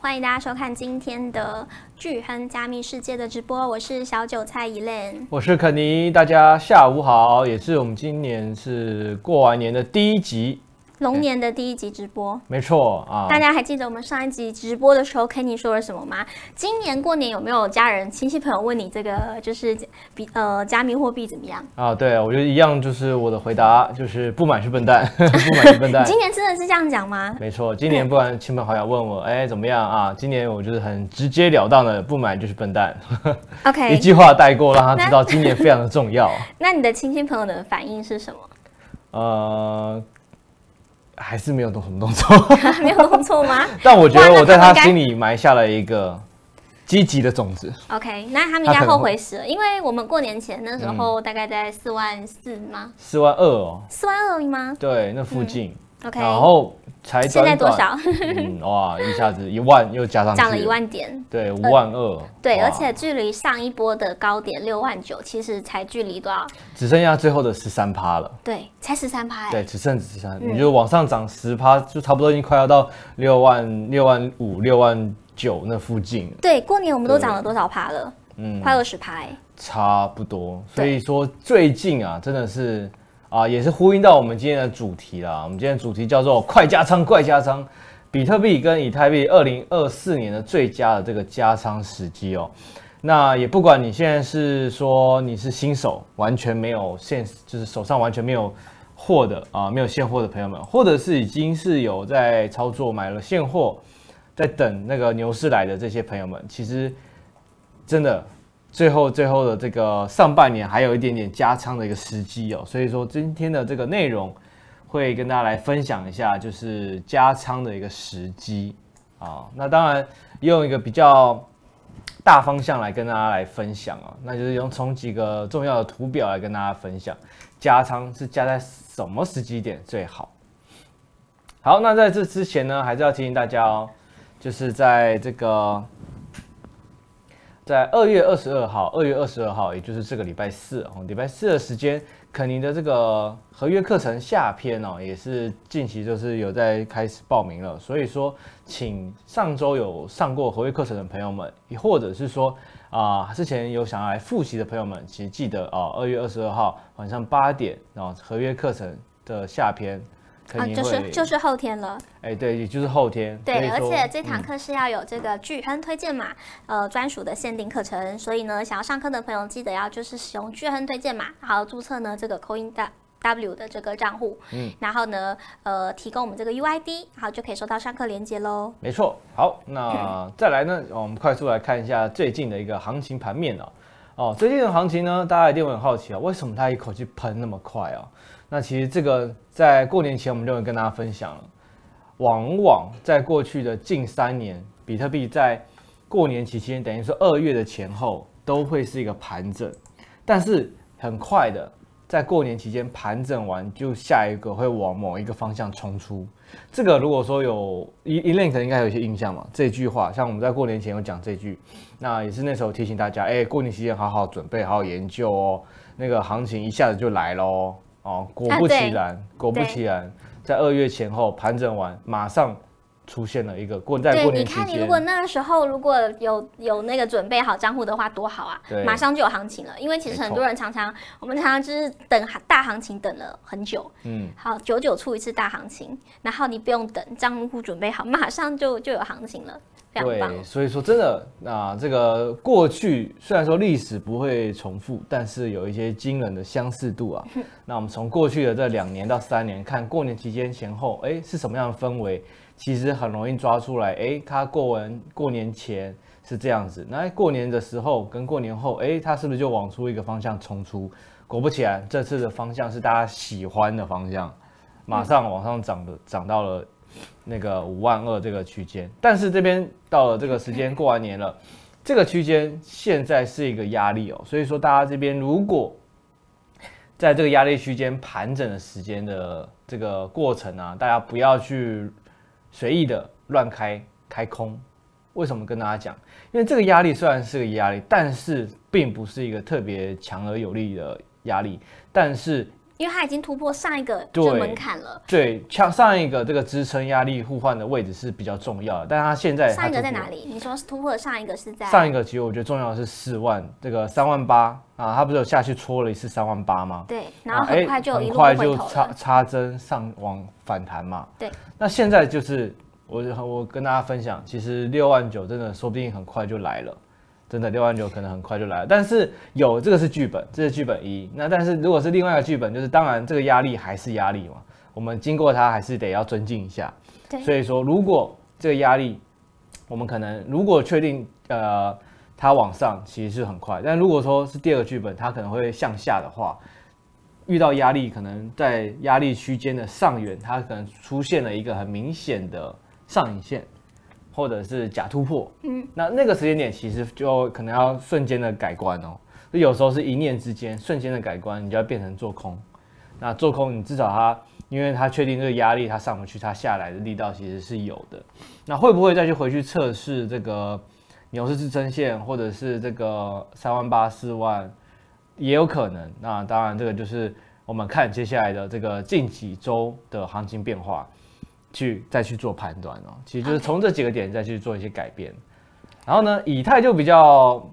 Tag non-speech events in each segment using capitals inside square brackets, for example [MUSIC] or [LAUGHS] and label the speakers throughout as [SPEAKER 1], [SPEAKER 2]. [SPEAKER 1] 欢迎大家收看今天的巨亨加密世界的直播，我是小韭菜 Elaine。
[SPEAKER 2] 我是肯尼，大家下午好，也是我们今年是过完年的第一集，
[SPEAKER 1] 龙年的第一集直播，
[SPEAKER 2] 没错啊
[SPEAKER 1] 大。家还记得我们上一集直播的时候，Kenny 说了什么吗？今年过年有没有家人、亲戚朋友问你这个就是比呃加密货币怎么样？
[SPEAKER 2] 啊，对，我觉得一样，就是我的回答就是不买是笨蛋， [LAUGHS] 不买是笨
[SPEAKER 1] 你
[SPEAKER 2] 蛋。
[SPEAKER 1] 今年真的是这样讲吗？
[SPEAKER 2] 没错，今年不管亲朋好友问我，哎，怎么样啊？今年我就是很直截了当的，不买就是笨蛋，一
[SPEAKER 1] OK，
[SPEAKER 2] 句话带过，让他知道今年非常的
[SPEAKER 1] [LAUGHS]
[SPEAKER 2] 重要。
[SPEAKER 1] 那你的亲戚朋友的反应是什么？ [LAUGHS]
[SPEAKER 2] 呃，还是没有动什么动作， [LAUGHS]
[SPEAKER 1] 没有弄错吗
[SPEAKER 2] 但我觉得
[SPEAKER 1] 哇那
[SPEAKER 2] 我在
[SPEAKER 1] 他们
[SPEAKER 2] 他
[SPEAKER 1] 该
[SPEAKER 2] 心里埋下了一个积极的种子。
[SPEAKER 1] ？OK，那他们应
[SPEAKER 2] 他
[SPEAKER 1] 该
[SPEAKER 2] 可能
[SPEAKER 1] 后
[SPEAKER 2] 会嗯
[SPEAKER 1] 悔死了，因为我们过年前那时候大概在四万四吗？
[SPEAKER 2] 四万二哦，
[SPEAKER 1] 四万二吗
[SPEAKER 2] 对，那附近，
[SPEAKER 1] ？OK，
[SPEAKER 2] 然后才
[SPEAKER 1] 现在
[SPEAKER 2] 短
[SPEAKER 1] 多
[SPEAKER 2] 短？
[SPEAKER 1] 少？
[SPEAKER 2] 嗯，哇，一下子一万又加上去
[SPEAKER 1] 涨了一，万点。
[SPEAKER 2] 对，五万二，
[SPEAKER 1] 对，
[SPEAKER 2] 哇
[SPEAKER 1] 而且距离上一波的高点六万九，其实才距离多少？
[SPEAKER 2] 只剩下最后的十三趴了。
[SPEAKER 1] 对，才十三趴。
[SPEAKER 2] 对，，只剩十三，
[SPEAKER 1] 嗯
[SPEAKER 2] 你就往上涨十趴，就差不多已经快要到六万、六万五、六万九那附近了，
[SPEAKER 1] 对，过年我们都
[SPEAKER 2] 对
[SPEAKER 1] 涨了多少趴了？
[SPEAKER 2] 嗯，
[SPEAKER 1] 快二十趴哎。
[SPEAKER 2] 差不多。所
[SPEAKER 1] 对
[SPEAKER 2] 以说最近啊，真的是啊，也是呼应到我们今天的主题啦。我们今天的主题叫做“快加仓，快加仓”，比特币跟以太币二零二四年的最佳的这个加仓时机哦。那也不管你现在是说你是新手，完全没有现，就是手上完全没有货的啊，没有现货的朋友们，或者是已经是有在操作买了现货，在等那个牛市来的这些朋友们，其实真的最后最后的这个上半年还有一点点加仓的一个时机哦，所以说今天的这个内容会跟大家来分享一下，就是加仓的一个时机啊。那当然用一个比较大方向来跟大家来分享哦，那就是用从几个重要的图表来跟大家分享，加仓是加在什么时机点最好？好，那在这之前呢，还是要提醒大家哦，就是在这个在二月二十二号，二月二十二号，也就是这个礼拜四哦，礼拜四的时间，肯尼的这个合约课程下篇哦，也是近期就是有在开始报名了，所以说，请上周有上过合约课程的朋友们，或者是说啊、之前有想要来复习的朋友们，请记得哦，二、月二十二号晚上八点，然、后合约课程的下篇，肯
[SPEAKER 1] 啊，
[SPEAKER 2] 尼
[SPEAKER 1] 就
[SPEAKER 2] 会、
[SPEAKER 1] 是就是后天了，
[SPEAKER 2] 哎，对，也就是后天。所
[SPEAKER 1] 对，
[SPEAKER 2] 以
[SPEAKER 1] 而
[SPEAKER 2] 说嗯
[SPEAKER 1] 且这堂课是要有这个巨亨推荐码，呃，专属的限定课程，所以呢，想要上课的朋友记得要就是使用巨亨推荐码，然后注册呢这个 Coin W 的这个账户，嗯，然后呢，呃，提供我们这个 UID，然后就可以收到上课链接喽。
[SPEAKER 2] 没错，好，
[SPEAKER 1] [CLEARS THROAT]
[SPEAKER 2] 那再来呢，哦我们快速来看一下最近的一个行情盘面哦。哦，最近的行情呢，大家一定会很好奇啊、为什么它一口气喷那么快哦？那其实这个在过年前我们就会跟大家分享了。往往在过去的近三年，比特币在过年期间，等于说二月的前后都会是一个盘整，但是很快的，在过年期间盘整完，就下一个会往某一个方向冲出。这个如果说有一一类，可能应该有一些印象嘛。这句话，像我们在过年前有讲这句，那也是那时候提醒大家，哎，过年期间好好准备，好好研究哦。那个行情一下子就来喽，哦，果
[SPEAKER 1] 啊
[SPEAKER 2] 不其
[SPEAKER 1] 对
[SPEAKER 2] 然，果不
[SPEAKER 1] 对
[SPEAKER 2] 其然，在二月前后盘整完，马上出现了一个过在
[SPEAKER 1] 对，
[SPEAKER 2] 过
[SPEAKER 1] 你
[SPEAKER 2] 年期
[SPEAKER 1] 看你如
[SPEAKER 2] 间
[SPEAKER 1] 果，那个时候如果有有那个准备好账户的话，多好啊
[SPEAKER 2] 对，
[SPEAKER 1] 马上就有行情了。因为其实
[SPEAKER 2] 没
[SPEAKER 1] 很
[SPEAKER 2] 错
[SPEAKER 1] 多人常常，我们常常就是等大行情等了很久，
[SPEAKER 2] 嗯，
[SPEAKER 1] 好，九九出一次大行情，然后你不用等账户准备好，马上就就有行情了，非常棒
[SPEAKER 2] 对，。所以说真的，那、这个过去虽然说历史不会重复，但是有一些惊人的相似度啊。那我们从过去的这两年到三年看，过年期间前后，哎，是什么样的氛围？其实很容易抓出来，哎，他过完过年前是这样子，那过年的时候跟过年后，哎，他是不是就往出一个方向冲出？果不其然，这次的方向是大家喜欢的方向，马上往上涨的，涨到了那个五万二这个区间。但是这边到了这个时间，过完年了，这个区间现在是一个压力哦，所以说大家这边如果在这个压力区间盘整的时间的这个过程啊，大家不要去随意的乱开开空。为什么跟大家讲？因为这个压力虽然是个压力，但是并不是一个特别强而有力的压力。但是
[SPEAKER 1] 因为它已经突破上一个
[SPEAKER 2] 对
[SPEAKER 1] 这门槛了。
[SPEAKER 2] 对，像上一个这个支撑压力互换的位置是比较重要的，但它现在它
[SPEAKER 1] 上一个
[SPEAKER 2] 突
[SPEAKER 1] 在
[SPEAKER 2] 破
[SPEAKER 1] 哪里？你说是突破的上一个是在
[SPEAKER 2] 上一个其实我觉得重要的是四万，这个三万八啊，它不是有下去戳了一次三万八吗？
[SPEAKER 1] 对，然后
[SPEAKER 2] 啊哎
[SPEAKER 1] 很快就一
[SPEAKER 2] 很
[SPEAKER 1] 路
[SPEAKER 2] 快
[SPEAKER 1] 回
[SPEAKER 2] 就
[SPEAKER 1] 头
[SPEAKER 2] 插
[SPEAKER 1] 了。
[SPEAKER 2] 插针上往反弹嘛。
[SPEAKER 1] 对，
[SPEAKER 2] 那现在就是我我跟大家分享，其实六万九真的说不定很快就来了，真的六万九可能很快就来了。但是有这个是剧本，这是剧本一。那但是如果是另外一个剧本，就是当然这个压力还是压力嘛，我们经过它还是得要尊敬一下。
[SPEAKER 1] 对
[SPEAKER 2] 所以说如果这个压力，我们可能如果确定呃它往上其实是很快，但如果说是第二个剧本，它可能会向下的话，遇到压力，可能在压力区间的上缘，它可能出现了一个很明显的上影线，或者是假突破。嗯，那那个时间点其实就可能要瞬间的改观哦，就有时候是一念之间，瞬间的改观，你就要变成做空。那做空，你至少它，因为它确定这个压力它上不去，它下来的力道其实是有的。那会不会再去回去测试这个牛市支撑线，或者是这个三万八、四万？也有可能。那当然，这个就是我们看接下来的这个近几周的行情变化，去再去做判断哦。其实就是从这几个点再去做一些改变。然后呢，以太就比较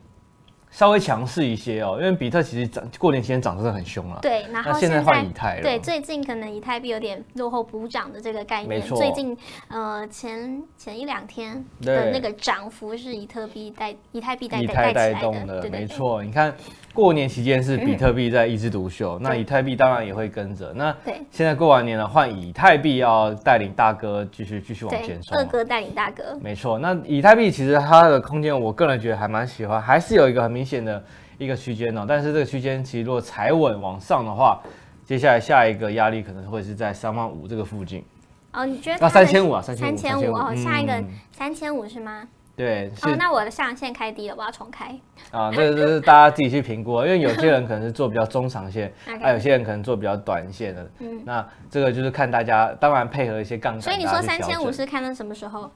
[SPEAKER 2] 稍微强势一些哦，因为比特其实涨过年前涨真的很凶啊了。
[SPEAKER 1] 对，然
[SPEAKER 2] 那
[SPEAKER 1] 后
[SPEAKER 2] 现
[SPEAKER 1] 现
[SPEAKER 2] 在
[SPEAKER 1] 在
[SPEAKER 2] 换以太了，
[SPEAKER 1] 对，最近可能以太币有点落后补涨的这个概
[SPEAKER 2] 没
[SPEAKER 1] 念。
[SPEAKER 2] 错
[SPEAKER 1] 最近呃前前一两天
[SPEAKER 2] 对
[SPEAKER 1] 的那个涨幅是以特币带以太币带
[SPEAKER 2] 以
[SPEAKER 1] 带
[SPEAKER 2] 太带
[SPEAKER 1] 起来
[SPEAKER 2] 动的，
[SPEAKER 1] 对对对
[SPEAKER 2] 没错。你看过年期间是比
[SPEAKER 1] [LAUGHS]
[SPEAKER 2] 特币在一枝独秀，那以太币当然也会跟着。那
[SPEAKER 1] 对
[SPEAKER 2] 现在过完年了，换以太币要带领大哥继续继续往前
[SPEAKER 1] 对，
[SPEAKER 2] 冲
[SPEAKER 1] 二
[SPEAKER 2] 了。
[SPEAKER 1] 哥带领大哥，
[SPEAKER 2] 没错，那以太币其实它的空间，我个人觉得还蛮喜欢，还是有一个很明显的一个区间哦。但是这个区间其实如果踩稳往上的话，接下来下一个压力可能会是在三万五这个附近。
[SPEAKER 1] 哦，你觉得
[SPEAKER 2] 啊
[SPEAKER 1] 它的
[SPEAKER 2] 3500啊3500
[SPEAKER 1] 三千五哦，
[SPEAKER 2] 嗯
[SPEAKER 1] 下一个三千五是吗？
[SPEAKER 2] 对，是
[SPEAKER 1] 哦，那我的上限开低了，我要重开。
[SPEAKER 2] 啊，这个就是大家自己去评估，啊因为有些人可能是做比较中长线，啊
[SPEAKER 1] OK
[SPEAKER 2] 还有些人可能做比较短线的。那这个就是看大家，当然配合一些杠杆。
[SPEAKER 1] 嗯所以你说三千五是看到什么时候？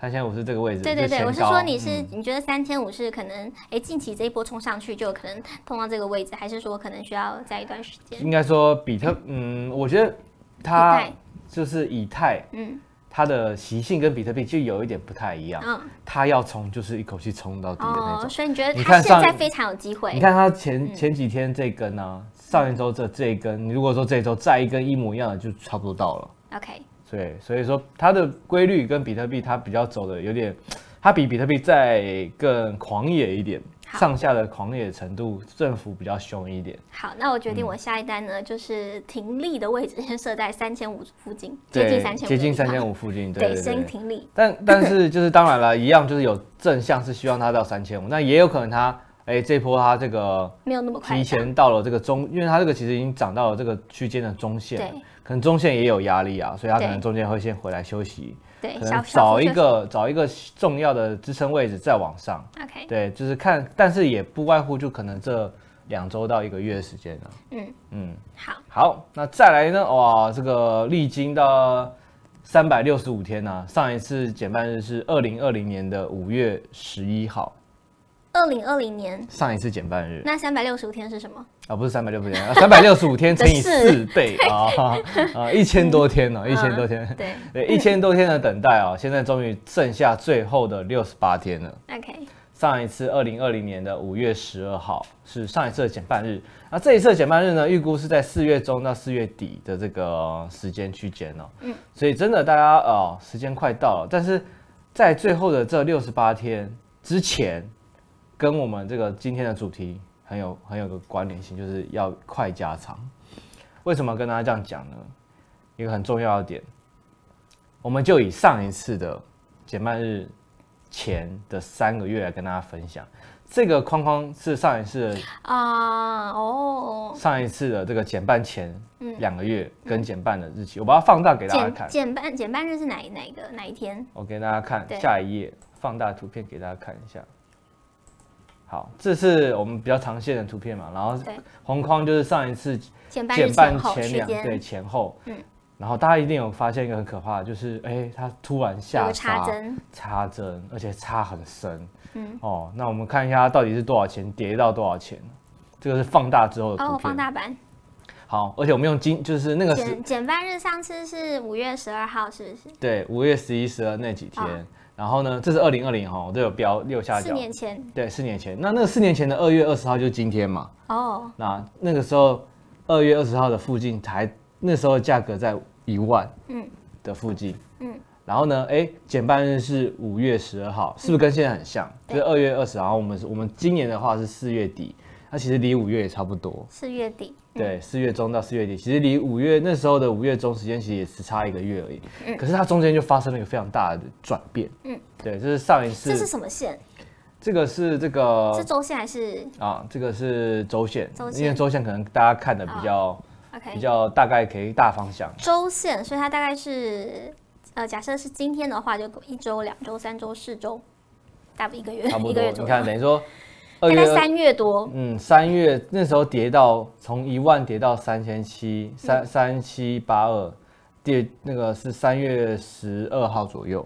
[SPEAKER 2] 三千五是这个位置，
[SPEAKER 1] 对对
[SPEAKER 2] 就
[SPEAKER 1] 对，
[SPEAKER 2] 前
[SPEAKER 1] 我是
[SPEAKER 2] 高嗯
[SPEAKER 1] 说你是你觉得三千五是可能哎近期这一波冲上去就有可能碰到这个位置，还是说可能需要在一段时间？
[SPEAKER 2] 应该说比特，嗯，我觉得它
[SPEAKER 1] 以太
[SPEAKER 2] 就是以太，
[SPEAKER 1] 嗯
[SPEAKER 2] 它的习性跟比特币就有一点不太一样，
[SPEAKER 1] 嗯
[SPEAKER 2] 它要冲就是一口气冲到底的那
[SPEAKER 1] 哦，嗯
[SPEAKER 2] 种。
[SPEAKER 1] 所以你觉得
[SPEAKER 2] 你
[SPEAKER 1] 它
[SPEAKER 2] 看
[SPEAKER 1] 现在
[SPEAKER 2] 上
[SPEAKER 1] 非常有机会
[SPEAKER 2] 你？看它前前几天这根呢、啊，上一周这这一根，你如果说这一周再一根一模一样的，就差不多到了。
[SPEAKER 1] OK，
[SPEAKER 2] 对，所以说它的规律跟比特币它比较走的有点，它比比特币再更狂野一点，
[SPEAKER 1] 好
[SPEAKER 2] 上下的狂野程度，振幅比较凶一点。
[SPEAKER 1] 好，那我决
[SPEAKER 2] 嗯
[SPEAKER 1] 定我下一单呢，就是停利的位置先设在三千五附近，接
[SPEAKER 2] 对，
[SPEAKER 1] 近三千五，
[SPEAKER 2] 接近三千
[SPEAKER 1] 五，
[SPEAKER 2] 五附近，对
[SPEAKER 1] 对，
[SPEAKER 2] 对
[SPEAKER 1] 先
[SPEAKER 2] 对。
[SPEAKER 1] 停利。
[SPEAKER 2] 但 [LAUGHS] 但是就是当然了，一样就是有正向是希望它到三千五，那也有可能它哎这波它这个
[SPEAKER 1] 没有那么快
[SPEAKER 2] 提
[SPEAKER 1] 的，
[SPEAKER 2] 前到了这个中，因为它这个其实已经涨到了这个区间的中线了
[SPEAKER 1] 对，
[SPEAKER 2] 可能中线也有压力啊，所以它可
[SPEAKER 1] 对
[SPEAKER 2] 能中间会先回来休息，
[SPEAKER 1] 对，
[SPEAKER 2] 可
[SPEAKER 1] 哎小小
[SPEAKER 2] 能
[SPEAKER 1] 幅
[SPEAKER 2] 找一
[SPEAKER 1] 就
[SPEAKER 2] 个找一个重要的支撑位置再往上。
[SPEAKER 1] OK，
[SPEAKER 2] 对，就是看，但是也不外乎就可能这两周到一个月的时间了。
[SPEAKER 1] 嗯
[SPEAKER 2] 嗯，
[SPEAKER 1] 好，
[SPEAKER 2] 好，那再来呢？哇，这个历经到三百六十五天呢、啊上一次减半日是二零二零年的五月十一号，
[SPEAKER 1] 二零二零年
[SPEAKER 2] 上一次减半日
[SPEAKER 1] 那三百六十五天是什
[SPEAKER 2] [LAUGHS]
[SPEAKER 1] 么？
[SPEAKER 2] 啊，不是三百六十天，三百六十五天乘以
[SPEAKER 1] [LAUGHS] 的
[SPEAKER 2] 四倍啊啊，一千多天呢、一千
[SPEAKER 1] 嗯
[SPEAKER 2] 多天，
[SPEAKER 1] 对
[SPEAKER 2] 对，一千多天的等待啊、现在终于剩下最后的六十八天了。
[SPEAKER 1] ，OK，
[SPEAKER 2] 上一次二零二零年的五月十二号是上一次的减半日，那这一次的减半日呢，预估是在四月中到四月底的这个时间区间哦。嗯，所以真的大家哦，时间快到了，但是在最后的这六十八天之前，跟我们这个今天的主题很有很有个关联性，就是要快加仓。为什么跟大家这样讲呢？一个很重要的点，我们就以上一次的减半日前的三个月来跟大家分享。这个框框是上一次的
[SPEAKER 1] 啊、哦，
[SPEAKER 2] 上一次的这个减半前
[SPEAKER 1] 嗯
[SPEAKER 2] 两个月跟减半的日期，我把它放大给大家
[SPEAKER 1] 减
[SPEAKER 2] 看。
[SPEAKER 1] 减半减半日是哪一哪一个哪一天？
[SPEAKER 2] 我给大家看
[SPEAKER 1] 对
[SPEAKER 2] 下一页，放大图片给大家看一下。好，这是我们比较常见的图片嘛，然后
[SPEAKER 1] 对
[SPEAKER 2] 红框就是上一次
[SPEAKER 1] 减半日
[SPEAKER 2] 减半
[SPEAKER 1] 前后
[SPEAKER 2] 前
[SPEAKER 1] 时
[SPEAKER 2] 两对
[SPEAKER 1] 间
[SPEAKER 2] 前后，
[SPEAKER 1] 嗯
[SPEAKER 2] 然后大家一定有发现一个很可怕的，就是哎，它突然
[SPEAKER 1] 有
[SPEAKER 2] 下
[SPEAKER 1] 个插
[SPEAKER 2] 杀
[SPEAKER 1] 针，
[SPEAKER 2] 插针，而且插很深。
[SPEAKER 1] 嗯
[SPEAKER 2] 哦，那我们看一下它到底是多少钱，跌到多少钱。这个是放大之后的图
[SPEAKER 1] 哦，
[SPEAKER 2] 片
[SPEAKER 1] 放。大版，
[SPEAKER 2] 好，而且我们用今就是那个时
[SPEAKER 1] 减减半日上次是五月十二号，是不是？
[SPEAKER 2] 对五月十一、十二那几天
[SPEAKER 1] 啊，
[SPEAKER 2] 然后呢，这是二零二零哈，我都有标右下
[SPEAKER 1] 四
[SPEAKER 2] 角。
[SPEAKER 1] 年前
[SPEAKER 2] 对，四年前。那那个四年前的二月二十号就是今天嘛？
[SPEAKER 1] 哦，
[SPEAKER 2] 那那个时候二月二十号的附近才那时候的价格在一万
[SPEAKER 1] 嗯
[SPEAKER 2] 的附近，
[SPEAKER 1] 嗯，
[SPEAKER 2] 然后呢，哎，减半日是五月十二号，是不是跟现在很像？就是二月二十，然后我们我们今年的话是四月底，那其实离五月也差不多。
[SPEAKER 1] 四月底。
[SPEAKER 2] 对，四月中到四月底，其实离五月那时候的五月中时间，其实也只差一个月而已。
[SPEAKER 1] 嗯
[SPEAKER 2] 可是它中间就发生了一个非常大的转变。
[SPEAKER 1] 嗯，
[SPEAKER 2] 对，这是呃上一次，
[SPEAKER 1] 这是什么线？
[SPEAKER 2] 这个是这
[SPEAKER 1] 是
[SPEAKER 2] 个
[SPEAKER 1] 周线还是
[SPEAKER 2] 啊，这个是周线，
[SPEAKER 1] 周
[SPEAKER 2] 因为
[SPEAKER 1] 线啊
[SPEAKER 2] 周线可能大家看的比较、比
[SPEAKER 1] OK？
[SPEAKER 2] 较大概可以大
[SPEAKER 1] [LAUGHS]
[SPEAKER 2] 方向。
[SPEAKER 1] 周线，所以它大概是呃，假设是今天的话，就一周、两周、三周、四周，大概一个月，
[SPEAKER 2] 差不
[SPEAKER 1] 一
[SPEAKER 2] 多
[SPEAKER 1] 个月，
[SPEAKER 2] 你
[SPEAKER 1] 左
[SPEAKER 2] 看，
[SPEAKER 1] 右。
[SPEAKER 2] 等于说二
[SPEAKER 1] 大
[SPEAKER 2] 月
[SPEAKER 1] 概
[SPEAKER 2] 二，
[SPEAKER 1] 三月多，
[SPEAKER 2] 嗯，三月那时候跌到从一万跌到三千七，
[SPEAKER 1] 嗯
[SPEAKER 2] 三三七八二，跌那个是三月十二号左
[SPEAKER 1] 嗯
[SPEAKER 2] 右。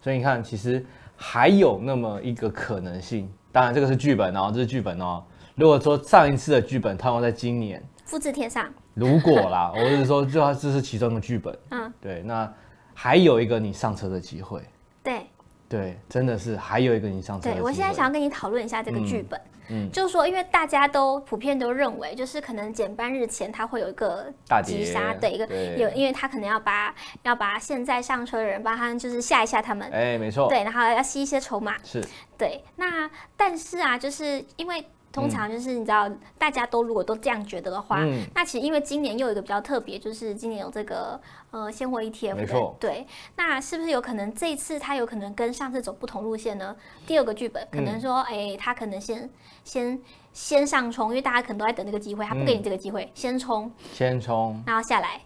[SPEAKER 2] 所以你看，其实还有那么一个可能性。当然，这个是剧本哦，这是剧本哦。如果说上一次的剧本套用在今年，
[SPEAKER 1] 复制贴上。
[SPEAKER 2] 如果啦，我是说，就它这是其中的剧本。
[SPEAKER 1] 嗯，
[SPEAKER 2] 对，那还有一个你上车的机会。
[SPEAKER 1] 对，
[SPEAKER 2] 对，真的是还有一个你上车的机
[SPEAKER 1] 对，
[SPEAKER 2] 会。
[SPEAKER 1] 我现在想要跟你讨论一下这个剧本，
[SPEAKER 2] 嗯
[SPEAKER 1] 就是说，因为大家都普遍都认为，就是可能减半日前它会有一个
[SPEAKER 2] 大
[SPEAKER 1] 急
[SPEAKER 2] 跌
[SPEAKER 1] 杀，对，一个
[SPEAKER 2] 啊对
[SPEAKER 1] 有，因为他可能要把要把现在上车的人帮他们就是吓一吓他们，
[SPEAKER 2] 哎，没错，
[SPEAKER 1] 对，然后要吸一些筹码，
[SPEAKER 2] 是
[SPEAKER 1] 对。那但是啊，就是因为通常就是你知道，大家都如果都这样觉得的话，
[SPEAKER 2] 嗯
[SPEAKER 1] 那其实因为今年又有一个比较特别，就是今年有这个呃现货 ETF，
[SPEAKER 2] 没
[SPEAKER 1] 的
[SPEAKER 2] 错
[SPEAKER 1] 对。那是不是有可能这一次它有可能跟上次走不同路线呢？第二个剧本可
[SPEAKER 2] 嗯
[SPEAKER 1] 能说，哎、它可能先先先上冲，因为大家可能都在等这个机会，它不给
[SPEAKER 2] 嗯
[SPEAKER 1] 你这个机会，先冲，
[SPEAKER 2] 先冲，
[SPEAKER 1] 然后下来，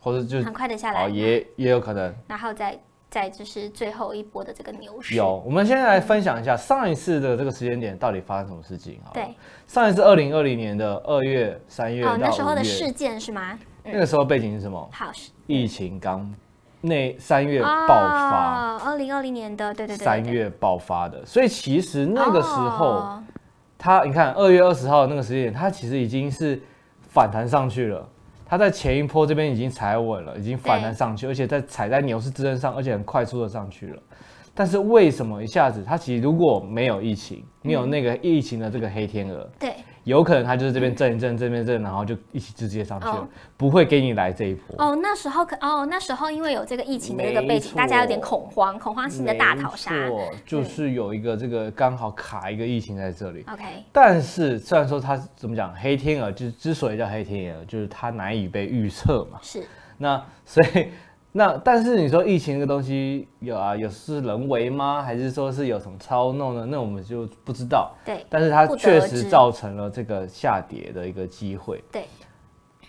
[SPEAKER 2] 或者就
[SPEAKER 1] 很快的下
[SPEAKER 2] 好，
[SPEAKER 1] 来，
[SPEAKER 2] 也也有可能。
[SPEAKER 1] 然后再再就是最后一波的这个牛市，
[SPEAKER 2] 有，我们先来分享一下上一次的这个时间点到底发生什么事情好了
[SPEAKER 1] 对，
[SPEAKER 2] 上一次二零二零年的二月、三月到
[SPEAKER 1] 哦，
[SPEAKER 2] 五月，
[SPEAKER 1] 那时候的事嗯件是吗？
[SPEAKER 2] 那个时候背景是什么？
[SPEAKER 1] 好，是
[SPEAKER 2] 疫情刚那三月爆发，
[SPEAKER 1] 哦，二零二零年的，对对对对，
[SPEAKER 2] 三
[SPEAKER 1] 对
[SPEAKER 2] 月爆发的，所以其实那个时候，
[SPEAKER 1] 哦
[SPEAKER 2] 它你看二月二十号那个时间点，它其实已经是反弹上去了。它在前一波这边已经踩稳了，已经反弹
[SPEAKER 1] 对
[SPEAKER 2] 上去，而且在踩在牛市支撑上，而且很快速的上去了。但是为什么一下子它其实如果没有疫情，没有那个疫情的这个黑天鹅，
[SPEAKER 1] 对，
[SPEAKER 2] 有可能它就是这边震一震，这边震，然后就一起直接上去了，
[SPEAKER 1] 哦
[SPEAKER 2] 不会给你来这一波。
[SPEAKER 1] 哦，那时候可哦，那时候因为有这个疫情的这个背景，
[SPEAKER 2] 没
[SPEAKER 1] 大家有点
[SPEAKER 2] 错
[SPEAKER 1] 恐慌，恐慌性的大逃杀。
[SPEAKER 2] 没错，就是有一个这个刚好卡一个疫情在这里。
[SPEAKER 1] OK，
[SPEAKER 2] 但是虽然说它怎么讲，黑天鹅就是之所以叫黑天鹅，就是它难以被预测嘛。
[SPEAKER 1] 是
[SPEAKER 2] 那所以那但是你说疫情这个东西有啊，有是人为吗？还是说是有什么操弄呢？那我们就不知道。
[SPEAKER 1] 对
[SPEAKER 2] 但是它
[SPEAKER 1] 不得
[SPEAKER 2] 确
[SPEAKER 1] 而
[SPEAKER 2] 实
[SPEAKER 1] 知
[SPEAKER 2] 造成了这个下跌的一个机会。
[SPEAKER 1] 对，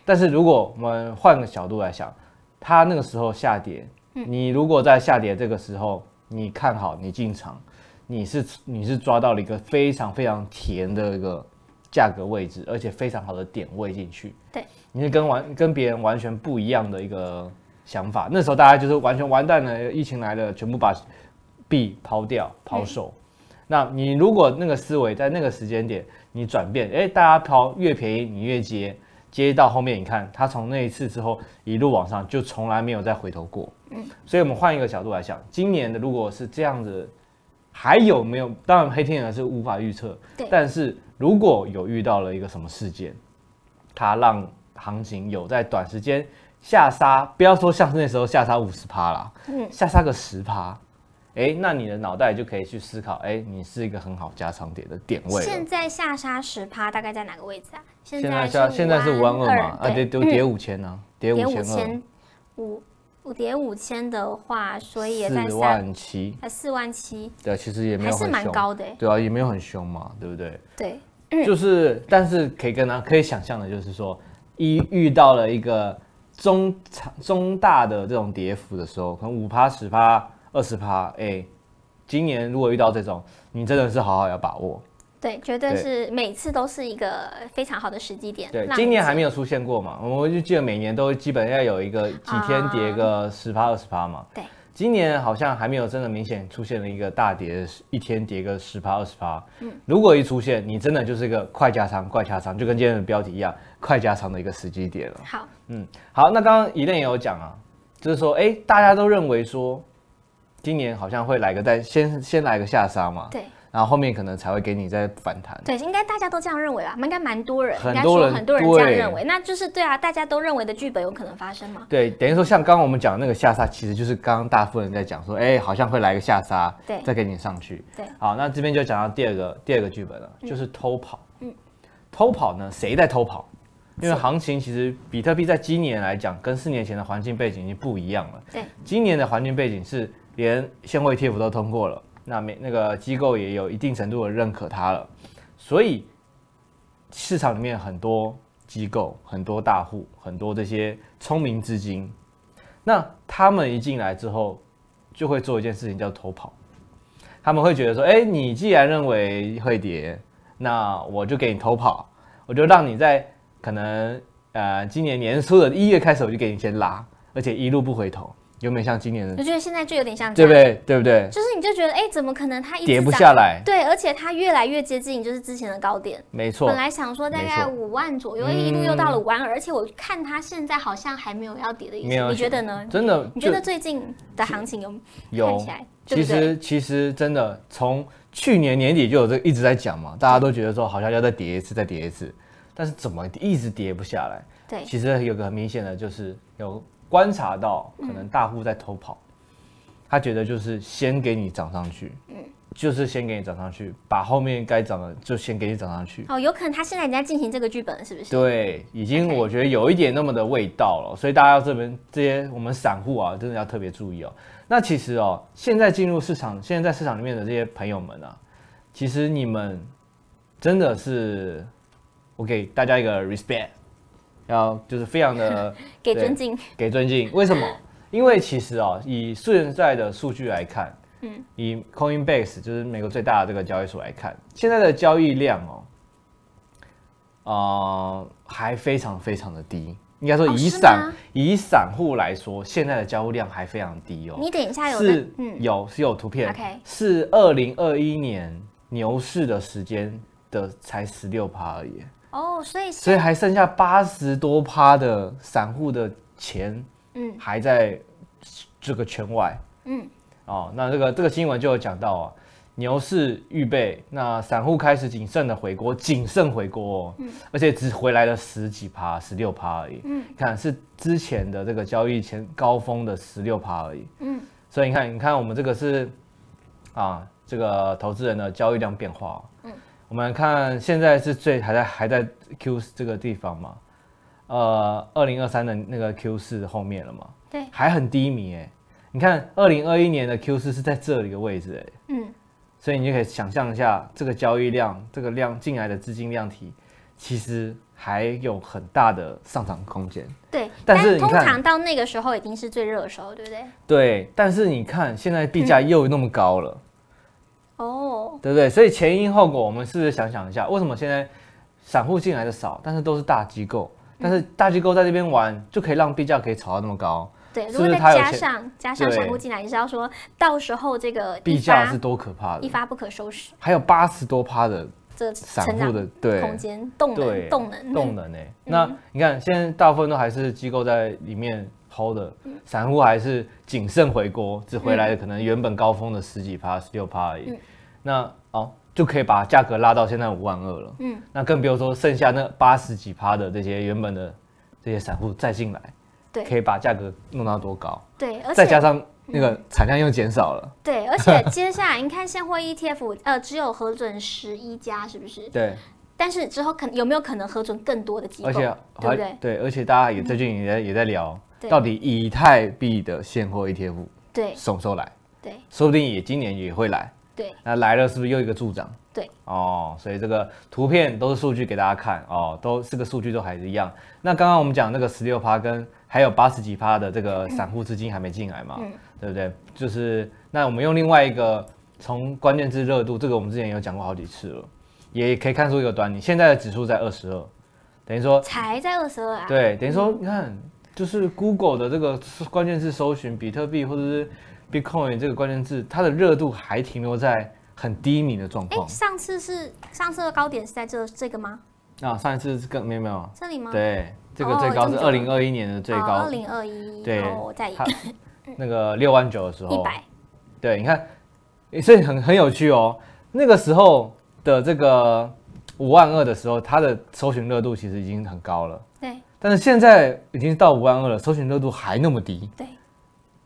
[SPEAKER 2] 但是如果我们换个角度来想，它那个时候下跌，
[SPEAKER 1] 嗯
[SPEAKER 2] 你如果在下跌这个时候你看好你进场，你是你是抓到了一个非常非常甜的一个价格位置，而且非常好的点位进去，
[SPEAKER 1] 对，
[SPEAKER 2] 你是跟完跟别人完全不一样的一个想法。那时候大家就是完全完蛋了，疫情来了，全部把币抛
[SPEAKER 1] 嗯
[SPEAKER 2] 掉抛售。那你如果那个思维在那个时间点你转变，诶，大家抛越便宜你越接，接到后面你看，它从那一次之后一路往上，就从来没有再回头过。
[SPEAKER 1] 嗯
[SPEAKER 2] 所以我们换一个角度来想，今年的如果是这样子，还有没有？当然黑天鹅是无法预测
[SPEAKER 1] 对，
[SPEAKER 2] 但是如果有遇到了一个什么事件，它让行情有在短时间下杀，不要说像是那时候下杀五十趴啦，
[SPEAKER 1] 嗯
[SPEAKER 2] 下杀个十趴。哎，那你的脑袋就可以去思考，哎，你是一个很好加长点的点位了
[SPEAKER 1] 现。在下杀十趴，大概在哪个位置啊？现
[SPEAKER 2] 现在下
[SPEAKER 1] 是
[SPEAKER 2] 现在是五万二嘛，啊，
[SPEAKER 1] 对，嗯
[SPEAKER 2] 跌跌跌五千呢，跌五
[SPEAKER 1] 跌五
[SPEAKER 2] 千二，
[SPEAKER 1] 千五，五跌五千的话，所以也在
[SPEAKER 2] 四
[SPEAKER 1] 三
[SPEAKER 2] 万七，
[SPEAKER 1] 呃四万七，
[SPEAKER 2] 对，其实也没
[SPEAKER 1] 还
[SPEAKER 2] 有
[SPEAKER 1] 是
[SPEAKER 2] 很
[SPEAKER 1] 蛮
[SPEAKER 2] 凶，
[SPEAKER 1] 高的嗯欸。
[SPEAKER 2] 对啊，也没有很凶嘛，对不对？
[SPEAKER 1] 对，
[SPEAKER 2] 就是，但是可以跟他可以想象的，就是说，一遇到了一个中长中大的这种跌幅的时候，可能五趴、十趴、二十趴，哎、今年如果遇到这种，你真的是好好要把握。
[SPEAKER 1] 对，绝对
[SPEAKER 2] 对
[SPEAKER 1] 是每次都是一个非常好的时机点。
[SPEAKER 2] 对，
[SPEAKER 1] 让
[SPEAKER 2] 今年
[SPEAKER 1] 你
[SPEAKER 2] 还没有出现过嘛，我就记得每年都基本要有一个几天跌个十趴、二十趴嘛。
[SPEAKER 1] 对，
[SPEAKER 2] 今年好像还没有真的明显出现了一个大跌，一天跌个十趴二十趴。如果一出现，你真的就是一个快加仓、快加仓，就跟今天的标题一样，快加仓的一个时机点了。
[SPEAKER 1] 好，
[SPEAKER 2] 嗯，好，那刚刚一练也有讲啊，就是说，哎，大家都认为说，今年好像会来个但先先来个下杀嘛，
[SPEAKER 1] 对
[SPEAKER 2] 然后后面可能才会给你再反弹。
[SPEAKER 1] 对，应该大家都这样认为啦，应该蛮多人，
[SPEAKER 2] 很
[SPEAKER 1] 应该
[SPEAKER 2] 多
[SPEAKER 1] 说
[SPEAKER 2] 人
[SPEAKER 1] 很多人这样
[SPEAKER 2] 对
[SPEAKER 1] 认为，那就是对啊，大家都认为的剧本有可能发生嘛？
[SPEAKER 2] 对，等于说像刚刚我们讲的那个下杀，其实就是刚刚大夫人在讲说，哎，好像会来个下杀，
[SPEAKER 1] 对
[SPEAKER 2] 再给你上去。
[SPEAKER 1] 对，
[SPEAKER 2] 好，那这边就讲到第二个第二个剧本了，就是偷跑。嗯，偷跑呢，谁在偷跑？因为行情其实比特币在今年来讲，跟四年前的环境背景已经不一样了。
[SPEAKER 1] 对，
[SPEAKER 2] 今年的环境背景是连现货 ETF 都通过了，那美那个机构也有一定程度的认可它了，所以市场里面很多机构、很多大户、很多这些聪明资金，那他们一进来之后，就会做一件事情叫偷跑，他们会觉得说，哎、你既然认为会跌，那我就给你偷跑，我就让你在可能呃今年年初的一月开始我就给你先拉，而且一路不回头，有没有像今年的
[SPEAKER 1] 我觉得现在就有点像这
[SPEAKER 2] 对不
[SPEAKER 1] 样，
[SPEAKER 2] 对对不对？
[SPEAKER 1] 就是你就觉得，哎，怎么可能它一直
[SPEAKER 2] 跌不
[SPEAKER 1] 涨
[SPEAKER 2] 下来，
[SPEAKER 1] 对，而且它越来越接近就是之前的高点。
[SPEAKER 2] 没错
[SPEAKER 1] 本，来想说大
[SPEAKER 2] 没
[SPEAKER 1] 概
[SPEAKER 2] 错嗯
[SPEAKER 1] 五万左右，哎一路又到了五万二，而且我看它现在好像还没有要跌的意
[SPEAKER 2] 没
[SPEAKER 1] 思，
[SPEAKER 2] 有
[SPEAKER 1] 你觉得呢？
[SPEAKER 2] 真的
[SPEAKER 1] 你
[SPEAKER 2] 就
[SPEAKER 1] 觉得最近的行情有看
[SPEAKER 2] 有
[SPEAKER 1] 起。来，对
[SPEAKER 2] 其
[SPEAKER 1] 不对？
[SPEAKER 2] 实其实真的从去年年底就有这一直在讲嘛，大家都觉得说好像要再跌一次，再跌一次，但是怎么一直跌不下来？
[SPEAKER 1] 对，
[SPEAKER 2] 其实有个很明显的，就是有观察到可能大户在偷跑，他觉得就是先给你涨上去，
[SPEAKER 1] 嗯
[SPEAKER 2] 就是先给你涨上去，把后面该涨的就先给你涨上去。
[SPEAKER 1] 哦，有可能它现在已经在进行这个剧本了，是不是？
[SPEAKER 2] 对，已经
[SPEAKER 1] OK
[SPEAKER 2] 我觉得有一点那么的味道了，所以大家这边这些我们散户啊，真的要特别注意哦。那其实哦，现在进入市场，现在在市场里面的这些朋友们啊，其实你们真的是，我给大家一个 respect，要就是非常的
[SPEAKER 1] 给
[SPEAKER 2] 对
[SPEAKER 1] 尊敬，
[SPEAKER 2] 给尊敬。为什么？因为其实啊、以现在的数据来看，嗯，以 Coinbase 就是美国最大的这个交易所来看，现在的交易量哦，呃，还非常非常的低。应该说
[SPEAKER 1] 哦
[SPEAKER 2] 以
[SPEAKER 1] 是
[SPEAKER 2] 散、
[SPEAKER 1] 吗
[SPEAKER 2] 以散户来说，现在的交易量还非常低哦。
[SPEAKER 1] 你等一下有在
[SPEAKER 2] 是，
[SPEAKER 1] 嗯，
[SPEAKER 2] 有是有图片
[SPEAKER 1] OK
[SPEAKER 2] 是二零二一年牛市的时间的才十六趴而已。
[SPEAKER 1] 哦，所以
[SPEAKER 2] 所
[SPEAKER 1] 是，
[SPEAKER 2] 以还剩下八十多趴的散户的钱
[SPEAKER 1] 嗯
[SPEAKER 2] 还在这个圈外
[SPEAKER 1] 嗯，
[SPEAKER 2] 哦。那这个这个新闻就有讲到啊，牛市预备，那散户开始谨慎的回锅，谨慎回锅、哦，而且只回来了十几趴，十六趴而已。
[SPEAKER 1] 嗯
[SPEAKER 2] 你看是之前的这个交易前高峰的十六趴而已。
[SPEAKER 1] 嗯，
[SPEAKER 2] 所以你看，你看我们这个是啊，这个投资人的交易量变化、哦。我们看现在是最还在还在 Q 这个地方嘛，呃，二零二三的那个 Q 四后面了嘛，
[SPEAKER 1] 对，
[SPEAKER 2] 还很低迷哎、你看二零二一年的 Q 四是在这里的位置哎、
[SPEAKER 1] 嗯，
[SPEAKER 2] 所以你就可以想象一下这个交易量，这个量进来的资金量体，其实还有很大的上涨空间。
[SPEAKER 1] 对。
[SPEAKER 2] 但是你
[SPEAKER 1] 通
[SPEAKER 2] 看
[SPEAKER 1] 常到那个时候已经是最热的时候，对不对？
[SPEAKER 2] 对，但是你看现在币价又那么高了。
[SPEAKER 1] 哦，
[SPEAKER 2] 对不对？所以前因后果，我们试着想想一下，为什么现在散户进来的少，但是都是大机构，但
[SPEAKER 1] 嗯
[SPEAKER 2] 是大机构在这边玩，就可以让币价可以炒到那么高，
[SPEAKER 1] 对。
[SPEAKER 2] 是
[SPEAKER 1] 如果
[SPEAKER 2] 不是
[SPEAKER 1] 再
[SPEAKER 2] 它有
[SPEAKER 1] 加
[SPEAKER 2] 钱
[SPEAKER 1] 上加上
[SPEAKER 2] 对
[SPEAKER 1] 闪顾进来，你是要说到时候这个一
[SPEAKER 2] 币价
[SPEAKER 1] 发
[SPEAKER 2] 是多可怕
[SPEAKER 1] 一
[SPEAKER 2] 的！
[SPEAKER 1] 发不可收拾，
[SPEAKER 2] 还有八十多趴的
[SPEAKER 1] 这
[SPEAKER 2] 散
[SPEAKER 1] 成
[SPEAKER 2] 户
[SPEAKER 1] 长
[SPEAKER 2] 的对
[SPEAKER 1] 空间动能
[SPEAKER 2] 对
[SPEAKER 1] 动能嗯
[SPEAKER 2] 动能哎、那你看现在大部分都还是机构在里面 hold 的，
[SPEAKER 1] 嗯
[SPEAKER 2] 散户还是谨慎回锅，只回来的可能原本高峰的十几趴、十六趴而已。
[SPEAKER 1] 嗯
[SPEAKER 2] 那哦，就可以把价格拉到现在五万二了。
[SPEAKER 1] 嗯
[SPEAKER 2] 嗯，那更不用说剩下那八十几趴的这些原本的这些散户再进来，
[SPEAKER 1] 对
[SPEAKER 2] 可以把价格弄到多高？
[SPEAKER 1] 对，而
[SPEAKER 2] 再
[SPEAKER 1] 且嗯
[SPEAKER 2] 加上那个产量又减少了，
[SPEAKER 1] 对，而且接下来你看现货 ETF 呃只有核准十一家，是不是？
[SPEAKER 2] 对，
[SPEAKER 1] 但是之后可有没有可能核准更多的机构？
[SPEAKER 2] 而且啊
[SPEAKER 1] 对不对？嗯
[SPEAKER 2] 而且大家也最近也在也在聊，
[SPEAKER 1] 对
[SPEAKER 2] 到底以太币的现货 ETF
[SPEAKER 1] 对
[SPEAKER 2] 什么时候来？
[SPEAKER 1] 对
[SPEAKER 2] 说不定也今年也会来。
[SPEAKER 1] 对
[SPEAKER 2] 那来了是不是又一个助长？
[SPEAKER 1] 对，
[SPEAKER 2] 哦，所以这个图片都是数据给大家看哦，都这个数据都还是一样。那刚刚我们讲那个十六趴跟还有八十几趴的这个散户资金还没进来嘛，对不对？就是那我们用另外一个从关键字热度，这个我们之前有讲过好几次了，也可以看出一个端倪。现在的指数在二十二，等于说
[SPEAKER 1] 才在二十二啊。
[SPEAKER 2] 对，等于说你看就是 Google 的这个关键字搜寻比特币或者是 Bitcoin 这个关键字，它的热度还停留在很低迷的状
[SPEAKER 1] 哎、
[SPEAKER 2] 况。
[SPEAKER 1] 上次是上次的高点是在这这个吗？
[SPEAKER 2] 啊，上一次是更没有没有，
[SPEAKER 1] 这里吗？
[SPEAKER 2] 对，这个
[SPEAKER 1] 哦
[SPEAKER 2] 最高是
[SPEAKER 1] 这么
[SPEAKER 2] 二
[SPEAKER 1] 久
[SPEAKER 2] 零二一年的最高，
[SPEAKER 1] 二零二一，
[SPEAKER 2] 对
[SPEAKER 1] 然后在一
[SPEAKER 2] 它那个六万九的时候，
[SPEAKER 1] 百，
[SPEAKER 2] 对，你看，诶所以很很有趣哦。那个时候的这个五万二的时候，它的搜寻热度其实已经很高了，
[SPEAKER 1] 对
[SPEAKER 2] 但是现在已经到五万二了，搜寻热度还那么低，
[SPEAKER 1] 对，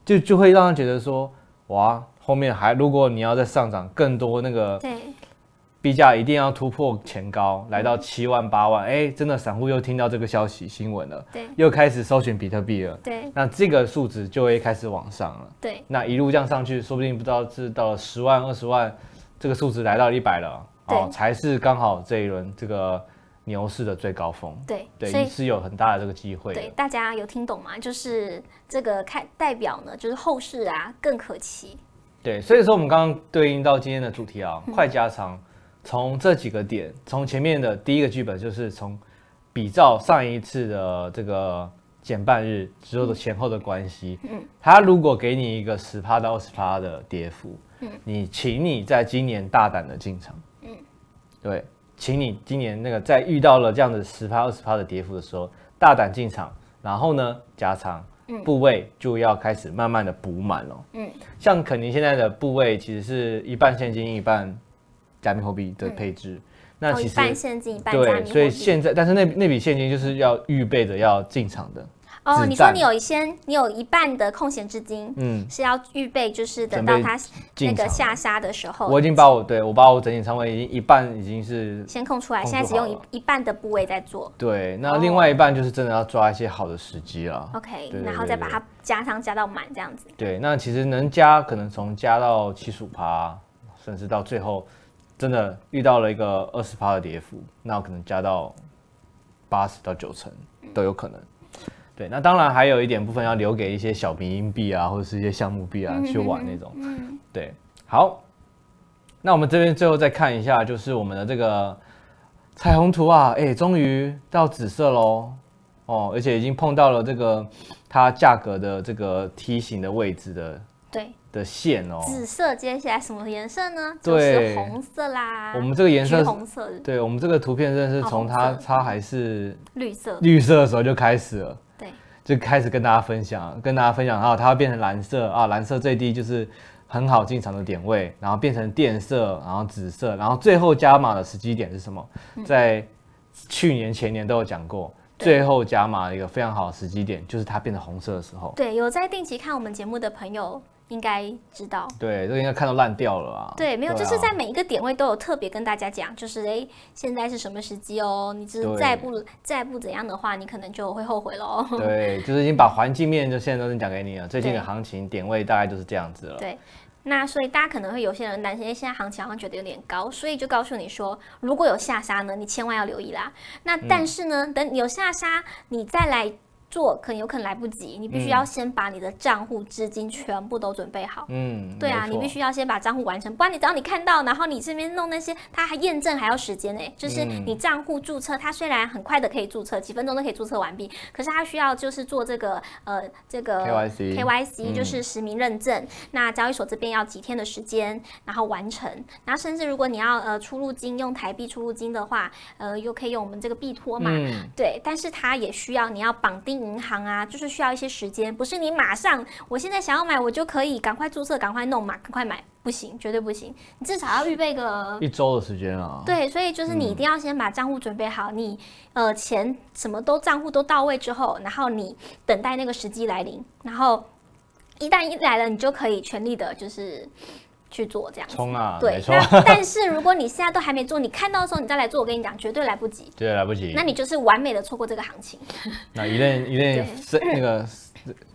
[SPEAKER 2] 就就会让人觉得说，哇，后面还如果你要再上涨更多，那个
[SPEAKER 1] 对，
[SPEAKER 2] 币价一定要突破前高，来
[SPEAKER 1] 嗯
[SPEAKER 2] 到七万八万，哎，真的散户又听到这个消息新闻了，
[SPEAKER 1] 对，
[SPEAKER 2] 又开始搜寻比特币了，
[SPEAKER 1] 对，
[SPEAKER 2] 那这个数值就会开始往上了。
[SPEAKER 1] 对，
[SPEAKER 2] 那一路这样上去，说不定不知道是到了十万、二十万，这个数值来到一百了，哦，
[SPEAKER 1] 对
[SPEAKER 2] 才是刚好这一轮这个牛市的最高峰。
[SPEAKER 1] 对，所
[SPEAKER 2] 对，
[SPEAKER 1] 以
[SPEAKER 2] 是有很大的这个机会的
[SPEAKER 1] 对。大家有听懂吗？就是这个看代表呢，就是后市啊更可期。
[SPEAKER 2] 对，所以说我们刚刚对应到今天的主题啊，快加长，从这几个点，从前面的第一个剧本就是从比照上一次的这个减半日之后的前后的关系，嗯，它如果给你一个十趴到二十趴的跌幅，嗯，你请你在今年大胆的进场，嗯，对，请你今年那个在遇到了这样的十趴二十趴的跌幅的时候，大胆进场，然后呢加长。部位就要开始慢慢的补满了。像肯尼现在的部位其实是一半现金一半加密货币的配置，那
[SPEAKER 1] 哦
[SPEAKER 2] 其
[SPEAKER 1] 一
[SPEAKER 2] 实、
[SPEAKER 1] 半现金，一半加
[SPEAKER 2] 对，
[SPEAKER 1] 密货
[SPEAKER 2] 所以
[SPEAKER 1] 币。
[SPEAKER 2] 现在但是那那笔现金就是要预备着要进场的，
[SPEAKER 1] 哦，
[SPEAKER 2] 子
[SPEAKER 1] 你说
[SPEAKER 2] 弹
[SPEAKER 1] 你有一些，你有一半的空闲资金
[SPEAKER 2] 嗯，
[SPEAKER 1] 是要预备，就是等
[SPEAKER 2] 准
[SPEAKER 1] 到
[SPEAKER 2] 备
[SPEAKER 1] 它那
[SPEAKER 2] 进场
[SPEAKER 1] 个
[SPEAKER 2] 了。
[SPEAKER 1] 下杀的时候，
[SPEAKER 2] 我已经把我对我把我整体仓位已经一半已经是
[SPEAKER 1] 先空出来，
[SPEAKER 2] 控
[SPEAKER 1] 现在
[SPEAKER 2] 制
[SPEAKER 1] 只
[SPEAKER 2] 好
[SPEAKER 1] 用
[SPEAKER 2] 了
[SPEAKER 1] 一一半的部位在做。
[SPEAKER 2] 对，那
[SPEAKER 1] 哦
[SPEAKER 2] 另外一半就是真的要抓一些好的时机了。
[SPEAKER 1] OK，
[SPEAKER 2] 对对
[SPEAKER 1] 然后再
[SPEAKER 2] 对
[SPEAKER 1] 把
[SPEAKER 2] 对
[SPEAKER 1] 它加上加到满这样子。
[SPEAKER 2] 对，那其实能加可能从加到七十五趴，甚至到最后真的遇到了一个二十趴的跌幅，那我可能加到八十到九成
[SPEAKER 1] 嗯
[SPEAKER 2] 都有可能。对，那当然还有一点部分要留给一些小民营币啊，或者是一些项目币
[SPEAKER 1] 嗯
[SPEAKER 2] 啊去玩那种。对，好，那我们这边最后再看一下，就是我们的这个彩虹图啊，哎，终于到紫色喽，哦，而且已经碰到了这个它价格的这个梯形的位置的
[SPEAKER 1] 对，
[SPEAKER 2] 的线哦。
[SPEAKER 1] 紫色接下来什么颜色呢？就是
[SPEAKER 2] 对
[SPEAKER 1] 红色啦。
[SPEAKER 2] 我们这个颜
[SPEAKER 1] 啊橘
[SPEAKER 2] 色，
[SPEAKER 1] 红色、
[SPEAKER 2] 对我们这个图片真的是
[SPEAKER 1] 哦
[SPEAKER 2] 从
[SPEAKER 1] 红
[SPEAKER 2] 它
[SPEAKER 1] 色
[SPEAKER 2] 它还是
[SPEAKER 1] 绿色，
[SPEAKER 2] 绿色的时候就开始了。
[SPEAKER 1] 对，
[SPEAKER 2] 就开始跟大家分享，跟大家分享，然后它会变成蓝色啊，蓝色最低就是很好进场的点位，然后变成电色，然后紫色，然后最后加码的时机点是什么？在去年前年都有讲过，
[SPEAKER 1] 嗯对
[SPEAKER 2] 最后加码的一个非常好的时机点就是它变成红色的时候。
[SPEAKER 1] 对，有在定期看我们节目的朋友应该知道。
[SPEAKER 2] 对，这个应该看到烂掉了啊。
[SPEAKER 1] 对，没有，
[SPEAKER 2] 啊
[SPEAKER 1] 就是在每一个点位都有特别跟大家讲，就是诶，现在是什么时机哦？你就是
[SPEAKER 2] 对
[SPEAKER 1] 再不再不怎样的话，你可能就会后悔喽。
[SPEAKER 2] 对，就是已经把环境面就现在都已经讲给你了，最近的
[SPEAKER 1] 对
[SPEAKER 2] 行情点位大概就是这样子了。
[SPEAKER 1] 对，那所以大家可能会有些人担心，哎诶现在行情好像觉得有点高，所以就告诉你说，如果有下杀呢，你千万要留意啦。那但是呢，等你有下杀，你再来做，可能有可能来不及，你必须要先把你的账户资金全部都准备好。
[SPEAKER 2] 嗯，
[SPEAKER 1] 对啊，
[SPEAKER 2] 没
[SPEAKER 1] 你必
[SPEAKER 2] 错
[SPEAKER 1] 须要先把账户完成，不然你只要你看到，然后你这边弄那些，它还验证还要时间呢、就是
[SPEAKER 2] 嗯
[SPEAKER 1] 你账户注册，它虽然很快的可以注册，几分钟都可以注册完毕，可是它需要就是做这个呃这个
[SPEAKER 2] KYC
[SPEAKER 1] KYC 就
[SPEAKER 2] 嗯
[SPEAKER 1] 是实名认证。那交易所这边要几天的时间，然后完成。然后甚至如果你要呃出入金用台币出入金的话，呃又可以用我们这个币托嘛，
[SPEAKER 2] 嗯，
[SPEAKER 1] 对，但是它也需要你要绑定银行啊，就是需要一些时间，不是你马上，我现在想要买我就可以赶快注册、赶快弄嘛、赶快买，不行，绝对不行，你至少要预备个。
[SPEAKER 2] 一周的时间啊。
[SPEAKER 1] 对，所以就是你一定要先把账户准备好，你呃钱什么都账户都到位之后，然后你等待那个时机来临，然后一旦一来了，你就可以全力的就是去做这样子。
[SPEAKER 2] 冲啊，
[SPEAKER 1] 对，
[SPEAKER 2] 没错， [LAUGHS]
[SPEAKER 1] 那但是如果你现在都还没做，你看到的时候你再来做，我跟你讲，绝对来不及，
[SPEAKER 2] 对，来不及
[SPEAKER 1] 那。你就是完美的错过这个行情。
[SPEAKER 2] 啊那一任一任
[SPEAKER 1] 对
[SPEAKER 2] 生那个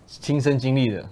[SPEAKER 2] 亲身经历的，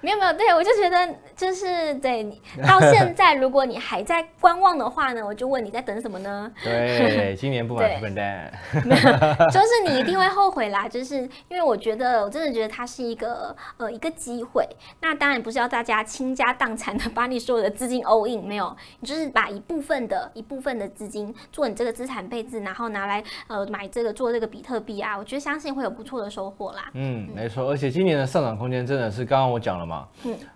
[SPEAKER 1] 没有没有，对我就觉得就是对你到现在，如果你还在观望的话呢，我就问你在等什么呢？
[SPEAKER 2] 对，今年不买是笨蛋，
[SPEAKER 1] 就是你一定会后悔啦，就是因为我觉得我真的觉得它是一个呃一个机会。那当然不是要大家倾家荡产的把你所有的资金 all in，没有，你就是把一部分的一部分的资金做你这个资产配置，然后拿来呃买这个做这个比特币啊，我觉得相信会有不错的收获啦。
[SPEAKER 2] 嗯，没错，而且今年的上涨空间真的是刚刚我讲了嘛，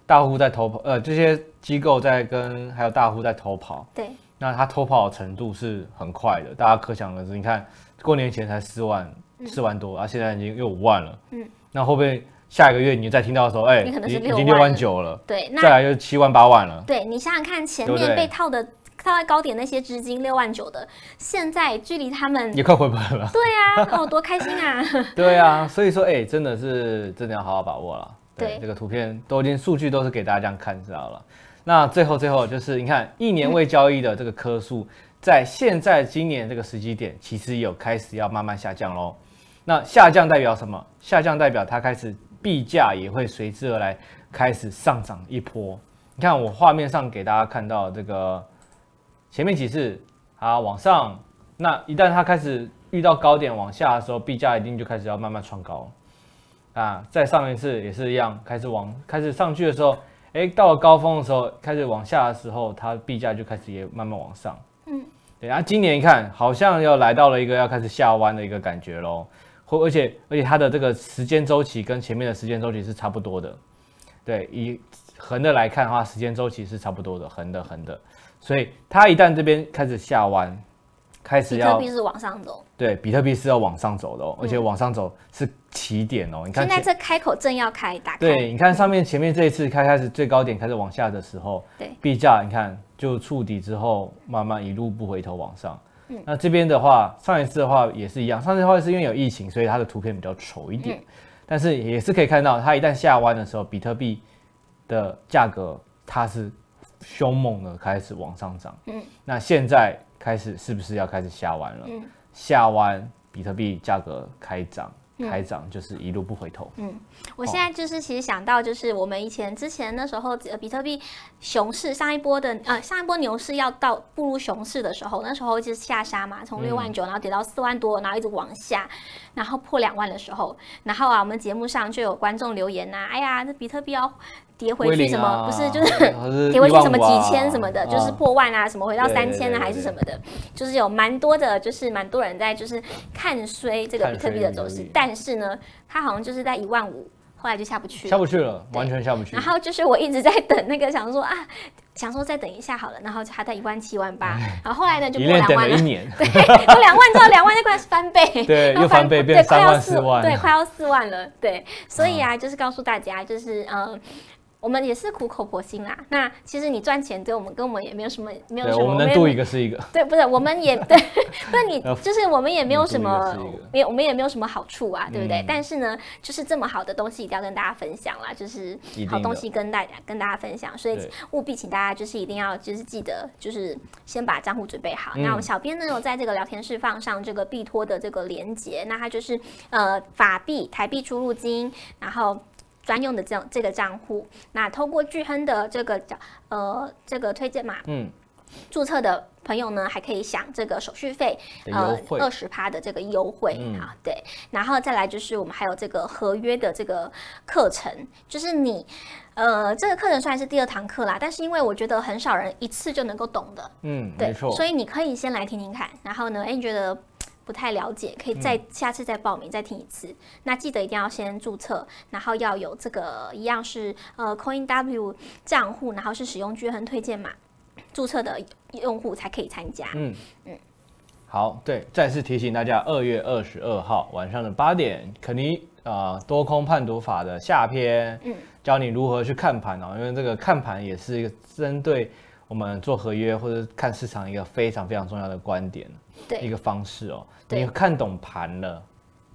[SPEAKER 2] 大户在投呃这些机构在跟还有大户在投跑，
[SPEAKER 1] 对，
[SPEAKER 2] 那它偷跑的程度是很快的，大家可想而知。你看过年前才四万，四万多，啊，现在已经又五万了。嗯，那会不会下一个月你再听到的时候，哎、
[SPEAKER 1] 你可能
[SPEAKER 2] 已
[SPEAKER 1] 是
[SPEAKER 2] 经已
[SPEAKER 1] 6
[SPEAKER 2] 经
[SPEAKER 1] 万
[SPEAKER 2] 六万九了，
[SPEAKER 1] 对，那
[SPEAKER 2] 再来就是七万八万了。
[SPEAKER 1] 对你想想看，前
[SPEAKER 2] 对不
[SPEAKER 1] 面
[SPEAKER 2] 对
[SPEAKER 1] 被套的套在高点那些资金六万九的，现在距离他们
[SPEAKER 2] 也快回本了，
[SPEAKER 1] 对啊，哦多开心
[SPEAKER 2] [LAUGHS]
[SPEAKER 1] 啊！ [LAUGHS]
[SPEAKER 2] 对啊，所以说，哎、真的是真的要好好把握了。
[SPEAKER 1] 对
[SPEAKER 2] 这个图片都已经数据都是给大家这样看知道了。那最后最后就是你看一年未交易的这个颗数，在现在今年这个时机点，其实有开始要慢慢下降喽。那下降代表什么？下降代表它开始币价也会随之而来开始上涨一波。你看我画面上给大家看到这个前面几次啊往上，那一旦它开始遇到高点往下的时候，币价一定就开始要慢慢创高啊。再上一次也是一样，开始往开始上去的时候，哎，到了高峰的时候，开始往下的时候，它币价就开始也慢慢往上。
[SPEAKER 1] 嗯，
[SPEAKER 2] 对。然后今年一看，好像要来到了一个要开始下弯的一个感觉啊喽。或而且而且它的这个时间周期跟前面的时间周期是差不多的，对，以横的来看的话，时间周期是差不多的，横的横的，所以它一旦这边开始下弯，开始
[SPEAKER 1] 比特
[SPEAKER 2] 要
[SPEAKER 1] 币是往上走，
[SPEAKER 2] 对，比特币是要往上走的、哦，而且往上走是起点哦。你
[SPEAKER 1] 嗯
[SPEAKER 2] 看
[SPEAKER 1] 现在
[SPEAKER 2] 前，
[SPEAKER 1] 这开口正要开，打开，
[SPEAKER 2] 对，你看上面前面这一次开开始最高点开始往下的时候，
[SPEAKER 1] 对，
[SPEAKER 2] 币价你看就触底之后，慢慢一路不回头往上。
[SPEAKER 1] 嗯
[SPEAKER 2] 那这边的话，上一次的话也是一样，上次的话是因为有疫情，所以它的图片比较丑一点，
[SPEAKER 1] 嗯
[SPEAKER 2] 但是也是可以看到，它一旦下弯的时候，比特币的价格它是凶猛的开始往上涨。
[SPEAKER 1] 嗯
[SPEAKER 2] 那现在开始是不是要开始下弯了？
[SPEAKER 1] 嗯
[SPEAKER 2] 下弯，比特币价格开涨，
[SPEAKER 1] 嗯
[SPEAKER 2] 开涨就是一路不回头。
[SPEAKER 1] 我
[SPEAKER 2] 哦
[SPEAKER 1] 现在就是其实想到就是我们以前之前那时候，呃，比特币熊市上一波的呃上一波牛市要到步入熊市的时候，那时候就是下杀嘛，
[SPEAKER 2] 嗯
[SPEAKER 1] 从六万九然后跌到四万多，然后一直往下，然后破两万的时候，然后啊我们节目上就有观众留言呐、哎呀这比特币要跌回去
[SPEAKER 2] 啊
[SPEAKER 1] 什么，不是就是 [LAUGHS]
[SPEAKER 2] 是
[SPEAKER 1] 给回去什么几千什么的，就是
[SPEAKER 2] 破。
[SPEAKER 1] 破万啊，什么回到
[SPEAKER 2] 对对
[SPEAKER 1] 三
[SPEAKER 2] 对
[SPEAKER 1] 千
[SPEAKER 2] 对
[SPEAKER 1] 啊，还
[SPEAKER 2] 对
[SPEAKER 1] 是什么的，就是有蛮多的，就是蛮多人在就是看衰这个
[SPEAKER 2] 看
[SPEAKER 1] 比特币
[SPEAKER 2] 衰
[SPEAKER 1] 的
[SPEAKER 2] 比
[SPEAKER 1] 走
[SPEAKER 2] 特
[SPEAKER 1] 势
[SPEAKER 2] 币，
[SPEAKER 1] 但是呢，它好像就是在一万五，后来就下不去
[SPEAKER 2] 下
[SPEAKER 1] 了。
[SPEAKER 2] 不去了，完全下不去
[SPEAKER 1] 然。后就是我一直在等那个，想说啊，想说再等一下好了，然后它在一万七万八，然后后来呢就
[SPEAKER 2] 哎一
[SPEAKER 1] 过
[SPEAKER 2] 连
[SPEAKER 1] 两
[SPEAKER 2] 等
[SPEAKER 1] 万
[SPEAKER 2] 了
[SPEAKER 1] 了
[SPEAKER 2] 一，年，
[SPEAKER 1] 对， [LAUGHS] 过两万之后两万就快翻倍，
[SPEAKER 2] 对
[SPEAKER 1] 然后
[SPEAKER 2] 又翻倍
[SPEAKER 1] 对
[SPEAKER 2] 变
[SPEAKER 1] 快
[SPEAKER 2] 3
[SPEAKER 1] 要
[SPEAKER 2] 万4万嗯
[SPEAKER 1] 对，快要四万了，对，所以啊，就是告诉大家，就是嗯。我们也是苦口婆心啦。那其实你赚钱，对我们跟我们也没有什么，没有
[SPEAKER 2] 对，
[SPEAKER 1] 什么。
[SPEAKER 2] 我们能
[SPEAKER 1] 没有
[SPEAKER 2] 度一个是一个。
[SPEAKER 1] 对，不是，我们
[SPEAKER 2] [LAUGHS]
[SPEAKER 1] 也对，不是你
[SPEAKER 2] 呃，
[SPEAKER 1] 就是我们也没有什么
[SPEAKER 2] 你读一个是一个，
[SPEAKER 1] 没有，我们也没有什么好处啊，对不对？
[SPEAKER 2] 嗯
[SPEAKER 1] 但是呢，就是这么好的东西，一定要跟大家分享啦，就是
[SPEAKER 2] 一定
[SPEAKER 1] 好
[SPEAKER 2] 的
[SPEAKER 1] 东西跟大家跟大家分享，所以
[SPEAKER 2] 对
[SPEAKER 1] 务必请大家就是一定要就是记得就是先把账户准备好。
[SPEAKER 2] 嗯
[SPEAKER 1] 那我们小编呢有在这个聊天室放上这个币托的这个连接，那它就是呃法币台币出入金，然后。专用的这这个账户，那通过巨亨的这个呃这个推荐码
[SPEAKER 2] 嗯，
[SPEAKER 1] 注册的朋友呢，还可以享这个手续费
[SPEAKER 2] 的
[SPEAKER 1] 呃
[SPEAKER 2] 优惠
[SPEAKER 1] 二十趴的这个优惠
[SPEAKER 2] 嗯
[SPEAKER 1] 啊、对，然后再来就是我们还有这个合约的这个课程，就是你呃这个课程虽然是第二堂课啦，但是因为我觉得很少人一次就能够懂的，
[SPEAKER 2] 嗯，
[SPEAKER 1] 对，
[SPEAKER 2] 没错。
[SPEAKER 1] 所以你可以先来听听看，然后呢，哎，你觉得嘖不太了解，可以再、
[SPEAKER 2] 嗯
[SPEAKER 1] 下次再报名再听一次。那记得一定要先注册，然后要有这个一样是呃 Coin W 账户，然后是使用巨亨推荐码注册的用户才可以参加。
[SPEAKER 2] 嗯好，对，再次提醒大家，二月二十二号晚上的八点，肯尼啊、呃多空判读法的下篇，
[SPEAKER 1] 嗯
[SPEAKER 2] 教你如何去看盘哦，因为这个看盘也是一个针对我们做合约或者看市场一个非常非常重要的观点，哦一
[SPEAKER 1] 对
[SPEAKER 2] 个方式哦。
[SPEAKER 1] 对
[SPEAKER 2] 你看懂盘了，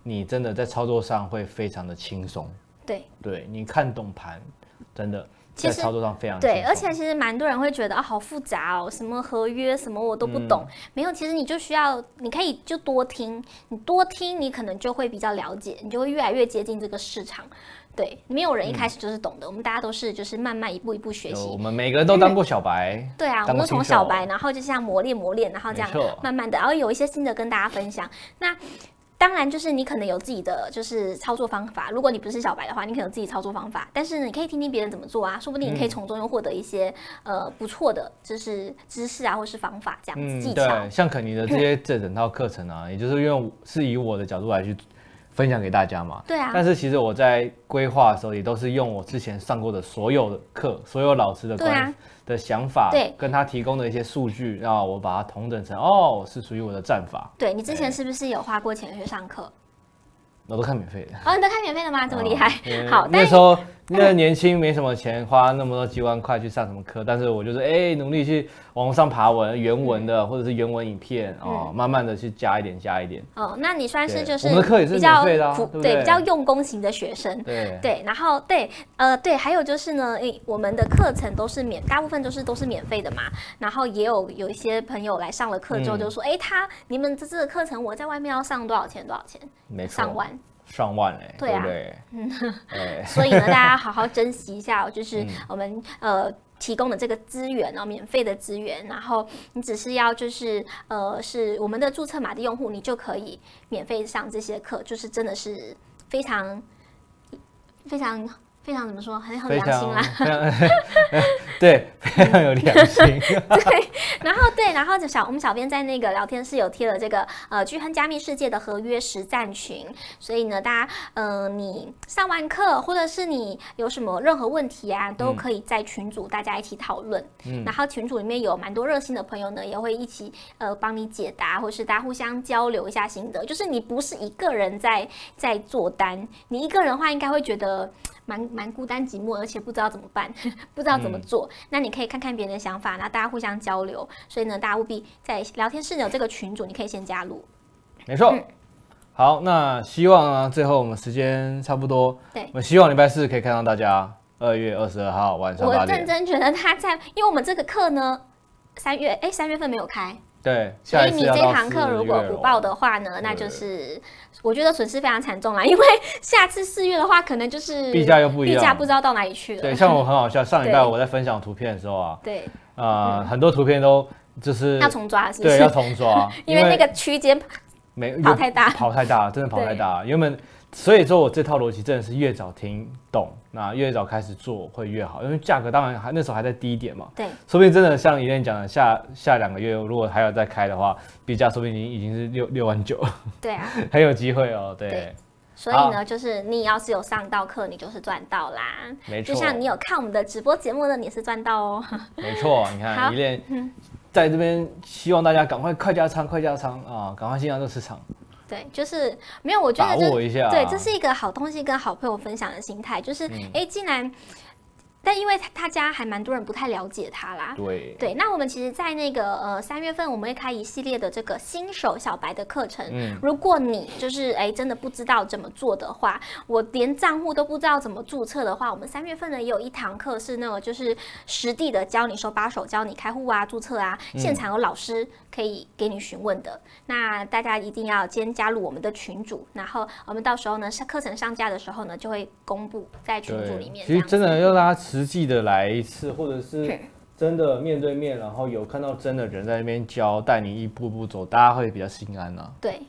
[SPEAKER 2] 你真的在操作上会非常的轻松。
[SPEAKER 1] 对
[SPEAKER 2] 对你看懂盘，真的
[SPEAKER 1] 其
[SPEAKER 2] 在
[SPEAKER 1] 实
[SPEAKER 2] 操作上非常
[SPEAKER 1] 对，
[SPEAKER 2] 轻松
[SPEAKER 1] 而且其实蛮多人会觉得啊，好复杂哦，什么合约什么我都不懂。没有，其实你就需要，你可以就多听，你多听，你可能就会比较了解，你就会越来越接近这个市场。对，没有人一开始就是懂的，我们大家都是就是慢慢一步一步学
[SPEAKER 2] 有
[SPEAKER 1] 习
[SPEAKER 2] 我。们每个人都当过小白，
[SPEAKER 1] 对啊，我
[SPEAKER 2] 当
[SPEAKER 1] 们
[SPEAKER 2] 过
[SPEAKER 1] 都从
[SPEAKER 2] 新
[SPEAKER 1] 小
[SPEAKER 2] 手
[SPEAKER 1] 白，然后就像磨练磨练，然后这样
[SPEAKER 2] 没错
[SPEAKER 1] 慢慢的，然后有一些新的跟大家分享。那当然就是你可能有自己的就是操作方法，如果你不是小白的话，你可能有自己操作方法，但是呢你可以听听别人怎么做啊，说不定你可以从中又获得一些、呃不错的就是知识啊，或是方法这样子、技巧。
[SPEAKER 2] 嗯
[SPEAKER 1] 嗯
[SPEAKER 2] 对，像肯尼的这些这整套课程啊，也就是因为我是以我的角度来去分享给大家嘛。
[SPEAKER 1] 对啊
[SPEAKER 2] 但，是其实我在规划的时候，也都是用我之前上过的所有的课、所有老师的
[SPEAKER 1] 对
[SPEAKER 2] 观、
[SPEAKER 1] 啊
[SPEAKER 2] 的想法，
[SPEAKER 1] 对
[SPEAKER 2] 跟他提供的一些数据，然后我把它统整成哦，是属于我的战法，
[SPEAKER 1] 对你之前是不是有花过钱去上
[SPEAKER 2] [LAUGHS]
[SPEAKER 1] 课？
[SPEAKER 2] 我都看免费的。
[SPEAKER 1] 哦，你都看免费的吗？这么厉害
[SPEAKER 2] 哦因
[SPEAKER 1] [LAUGHS]
[SPEAKER 2] 为，
[SPEAKER 1] 好，但
[SPEAKER 2] 嗯那时候那年轻没什么钱，花那么多几万块去上什么课，但是我就是哎、努力去网络上爬文原文
[SPEAKER 1] 嗯
[SPEAKER 2] 的，或者是原文影片哦，慢慢的去加一点加一点。
[SPEAKER 1] 哦，那你算是
[SPEAKER 2] 对
[SPEAKER 1] 就是
[SPEAKER 2] 我们的课也是
[SPEAKER 1] 比较
[SPEAKER 2] 免费的啊
[SPEAKER 1] 普
[SPEAKER 2] 对不
[SPEAKER 1] 对
[SPEAKER 2] 对
[SPEAKER 1] 比较用功型的学生。
[SPEAKER 2] 对，
[SPEAKER 1] 对，然后对，呃，对，还有就是呢，诶，我们的课程都是免，大部分都是都是免费的嘛。然后也有有一些朋友来上了课
[SPEAKER 2] 嗯
[SPEAKER 1] 之后就说，诶，他你们这次的课程我在外面要上多少钱？多少钱？
[SPEAKER 2] 没错，
[SPEAKER 1] 上万。
[SPEAKER 2] 上万哎、
[SPEAKER 1] 对啊
[SPEAKER 2] 不对？
[SPEAKER 1] [LAUGHS]
[SPEAKER 2] 哎
[SPEAKER 1] 所以呢，大家好好珍惜一下哦，
[SPEAKER 2] [LAUGHS]
[SPEAKER 1] 就是我们、呃。提供的这个资源哦，免费的资源，然后你只是要就是呃，是我们的注册码的用户，你就可以免费上这些课，就是真的是非常非常非常怎么说，很很
[SPEAKER 2] 非
[SPEAKER 1] 良心啦啊
[SPEAKER 2] 常，非常 [LAUGHS] 对，非常有良心。
[SPEAKER 1] 嗯 [LAUGHS] 然后对，然后就小我们小编在那个聊天室有贴了这个呃聚亨加密世界的合约实战群，所以呢，大家嗯、呃你上完课或者是你有什么任何问题啊，都可以在群组大家一起讨论。
[SPEAKER 2] 嗯
[SPEAKER 1] 然后群组里面有蛮多热心的朋友呢，也会一起呃帮你解答，或是大家互相交流一下心得。就是你不是一个人在在做单，你一个人的话应该会觉得。蛮蛮孤单寂寞，而且不知道怎么办， [LAUGHS] 不知道怎么做。那你可以看看别人的想法，然后大家互相交流。所以呢，大家务必在聊天室有这个群组，你可以先加入。
[SPEAKER 2] 没错。
[SPEAKER 1] 嗯
[SPEAKER 2] 好，那希望啊，最后我们时间差不多，
[SPEAKER 1] 对
[SPEAKER 2] 我们希望礼拜四可以看到大家。二月二十二号晚上八
[SPEAKER 1] 我认
[SPEAKER 2] 点，
[SPEAKER 1] 真觉得他在，因为我们这个课呢，三月哎三月份没有开，
[SPEAKER 2] 对，
[SPEAKER 1] 所
[SPEAKER 2] 下
[SPEAKER 1] 以
[SPEAKER 2] 一次
[SPEAKER 1] 你
[SPEAKER 2] 要
[SPEAKER 1] 这
[SPEAKER 2] 到
[SPEAKER 1] 堂课
[SPEAKER 2] 4
[SPEAKER 1] 如果
[SPEAKER 2] 月哦
[SPEAKER 1] 不
[SPEAKER 2] 咯
[SPEAKER 1] 报的话呢，那就是我觉得损失非常惨重啦，因为 [LAUGHS] 下次四月的话，可能就是
[SPEAKER 2] 币价又不一样
[SPEAKER 1] 币价不知道到哪里去了。
[SPEAKER 2] 对，像我很
[SPEAKER 1] [LAUGHS]
[SPEAKER 2] 好笑，上礼拜
[SPEAKER 1] 对
[SPEAKER 2] 我在分享图片的时候啊，
[SPEAKER 1] 对
[SPEAKER 2] 呃，很多图片都就是
[SPEAKER 1] 要重抓是不
[SPEAKER 2] 对
[SPEAKER 1] 是，
[SPEAKER 2] 要？重抓
[SPEAKER 1] [LAUGHS] 因为那个区间
[SPEAKER 2] 没
[SPEAKER 1] 跑太大
[SPEAKER 2] 跑太大，真的跑
[SPEAKER 1] 对
[SPEAKER 2] 太大。原本所以说我这套逻辑真的是越早听懂，那越早开始做会越好，因为价格当然还那时候还在低一点嘛， [LAUGHS]
[SPEAKER 1] 对
[SPEAKER 2] 说不定真的像怡燕讲的，下下两个月如果还有再开的话，币价说不定已经已经是六六万九， [LAUGHS]
[SPEAKER 1] 对啊，
[SPEAKER 2] 很有机会哦。
[SPEAKER 1] 对
[SPEAKER 2] 对，
[SPEAKER 1] 所以呢，就是你要是有上到课，你就是赚到啦。
[SPEAKER 2] 没
[SPEAKER 1] 就
[SPEAKER 2] 错，
[SPEAKER 1] 像你有看我们的直播节目呢，你是赚到哦。 [LAUGHS]
[SPEAKER 2] [LAUGHS] 没错，你
[SPEAKER 1] 好嗯
[SPEAKER 2] 看怡燕在这边希望大家赶快快加仓，快加仓啊，赶快进入这个市场。
[SPEAKER 1] 对，就是没有，我觉得
[SPEAKER 2] 把
[SPEAKER 1] 就
[SPEAKER 2] 握一下嗯
[SPEAKER 1] 对，这是一个好东西跟好朋友分享的心态，就是哎，既然，但因为他大家还蛮多人不太了解他啦，
[SPEAKER 2] 对，
[SPEAKER 1] 对，那我们其实，在那个呃三月份，我们会开一系列的这个新手小白的课程。
[SPEAKER 2] 嗯
[SPEAKER 1] 如果你就是哎真的不知道怎么做的话，我连账户都不知道怎么注册的话，我们三月份呢也有一堂课是那个就是实地的教你手把手教你开户啊、注册啊，
[SPEAKER 2] 嗯
[SPEAKER 1] 现场有老师可以给你询问的。那大家一定要先加入我们的群组，然后我们到时候呢上课程上架的时候呢就会公布在群组里面。
[SPEAKER 2] 其实真
[SPEAKER 1] 这样
[SPEAKER 2] 的
[SPEAKER 1] 子
[SPEAKER 2] 要大家实际的来一次，或者是
[SPEAKER 1] 是
[SPEAKER 2] 真的面对面，然后有看到真的人在那边教，带你一步步走，大家会比较心安啊。
[SPEAKER 1] 对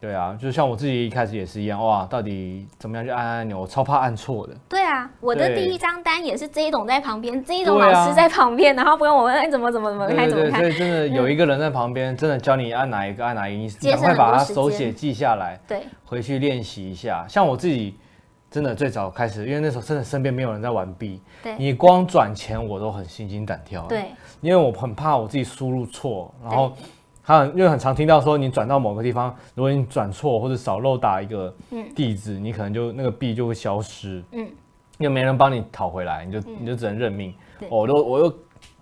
[SPEAKER 2] 对啊，就像我自己一开始也是一样，哇，到底怎么样去按按钮，我超怕按错的。
[SPEAKER 1] 对啊，我的第
[SPEAKER 2] 对
[SPEAKER 1] 一张单也是这一种在旁边，这一种
[SPEAKER 2] 对啊
[SPEAKER 1] 老师在旁边，然后不用 [LAUGHS] 我问哎怎么怎么怎么开
[SPEAKER 2] 对
[SPEAKER 1] 怎么
[SPEAKER 2] 对对，所
[SPEAKER 1] 开，
[SPEAKER 2] 以真的有一个人在旁边，真的教你按哪一个按哪一个，你
[SPEAKER 1] 节省
[SPEAKER 2] 赶快
[SPEAKER 1] 很
[SPEAKER 2] 把
[SPEAKER 1] 多
[SPEAKER 2] 它
[SPEAKER 1] 时
[SPEAKER 2] 手
[SPEAKER 1] 间
[SPEAKER 2] 写记下来，
[SPEAKER 1] 对
[SPEAKER 2] 回去练习一下。像我自己，真的最早开始，因为那时候真的身边没有人在玩币，
[SPEAKER 1] 对
[SPEAKER 2] 你光转钱我都很心惊胆跳。，
[SPEAKER 1] 对
[SPEAKER 2] 因为我很怕我自己输入错，哦然后他很因为很常听到说你转到某个地方，如果你转错或者少漏打一个
[SPEAKER 1] 嗯
[SPEAKER 2] 地址，你可能就那个币就会消失，
[SPEAKER 1] 嗯，
[SPEAKER 2] 因为没人帮你讨回来，你就、你就只能认命
[SPEAKER 1] 对。
[SPEAKER 2] 我都我又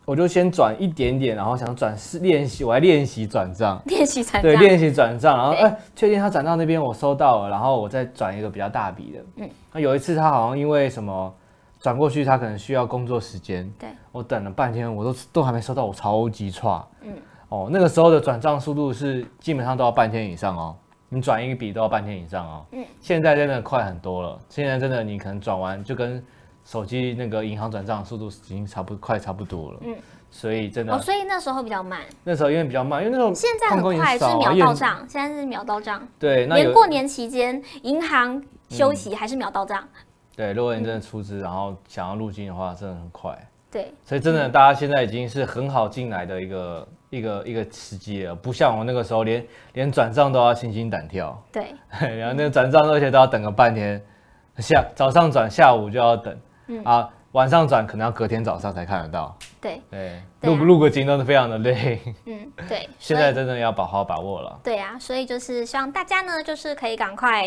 [SPEAKER 2] 我就先转一点点，然后想转是练习，我还练习转账。
[SPEAKER 1] 练习成这
[SPEAKER 2] 对，
[SPEAKER 1] 样，
[SPEAKER 2] 练习转账，然后
[SPEAKER 1] 对
[SPEAKER 2] 哎，确定他转到那边，我收到了，然后我再转一个比较大笔的。嗯，那有一次他好像因为什么转过去，他可能需要工作时间。
[SPEAKER 1] 对，
[SPEAKER 2] 我等了半天，我都都还没收到，我超级差。嗯，哦，那个时候的转账速度是基本上都要半天以上哦，你转一笔都要半天以上哦。嗯，现在真的快很多了，现在真的你可能转完就跟手机那个银行转账速度已经差不快差不多了。嗯，所以真的、
[SPEAKER 1] 哦，所以那时候比较慢，
[SPEAKER 2] 那时候因为比较慢，因为那时候
[SPEAKER 1] 现在
[SPEAKER 2] 矿工
[SPEAKER 1] 很
[SPEAKER 2] 也
[SPEAKER 1] 快是
[SPEAKER 2] 少啊
[SPEAKER 1] 秒
[SPEAKER 2] 因为
[SPEAKER 1] 到账，现在是秒到账，
[SPEAKER 2] 对，那
[SPEAKER 1] 连
[SPEAKER 2] 有嗯
[SPEAKER 1] 过年期间银行休息还是秒到账，
[SPEAKER 2] 对，如果你真的出资，然后想要入金的话，真的很快。
[SPEAKER 1] 对，
[SPEAKER 2] 所以真
[SPEAKER 1] 嗯
[SPEAKER 2] 的，大家现在已经是很好进来的一个一个一个时机了，不像我那个时候连连转账都要心惊胆跳， [LAUGHS]
[SPEAKER 1] 对，
[SPEAKER 2] 然后那个转账而且都要等个半天，下早上转下午就要等，
[SPEAKER 1] 嗯
[SPEAKER 2] 啊晚上转可能要隔天早上才看得到，
[SPEAKER 1] 对，
[SPEAKER 2] 对，
[SPEAKER 1] 对
[SPEAKER 2] 录
[SPEAKER 1] 啊
[SPEAKER 2] 录个金都是非常的累，
[SPEAKER 1] 嗯，对，
[SPEAKER 2] [LAUGHS] 现
[SPEAKER 1] 所以
[SPEAKER 2] 在真的要把好好把握了。
[SPEAKER 1] 对啊，所以就是希望大家呢，就是可以赶快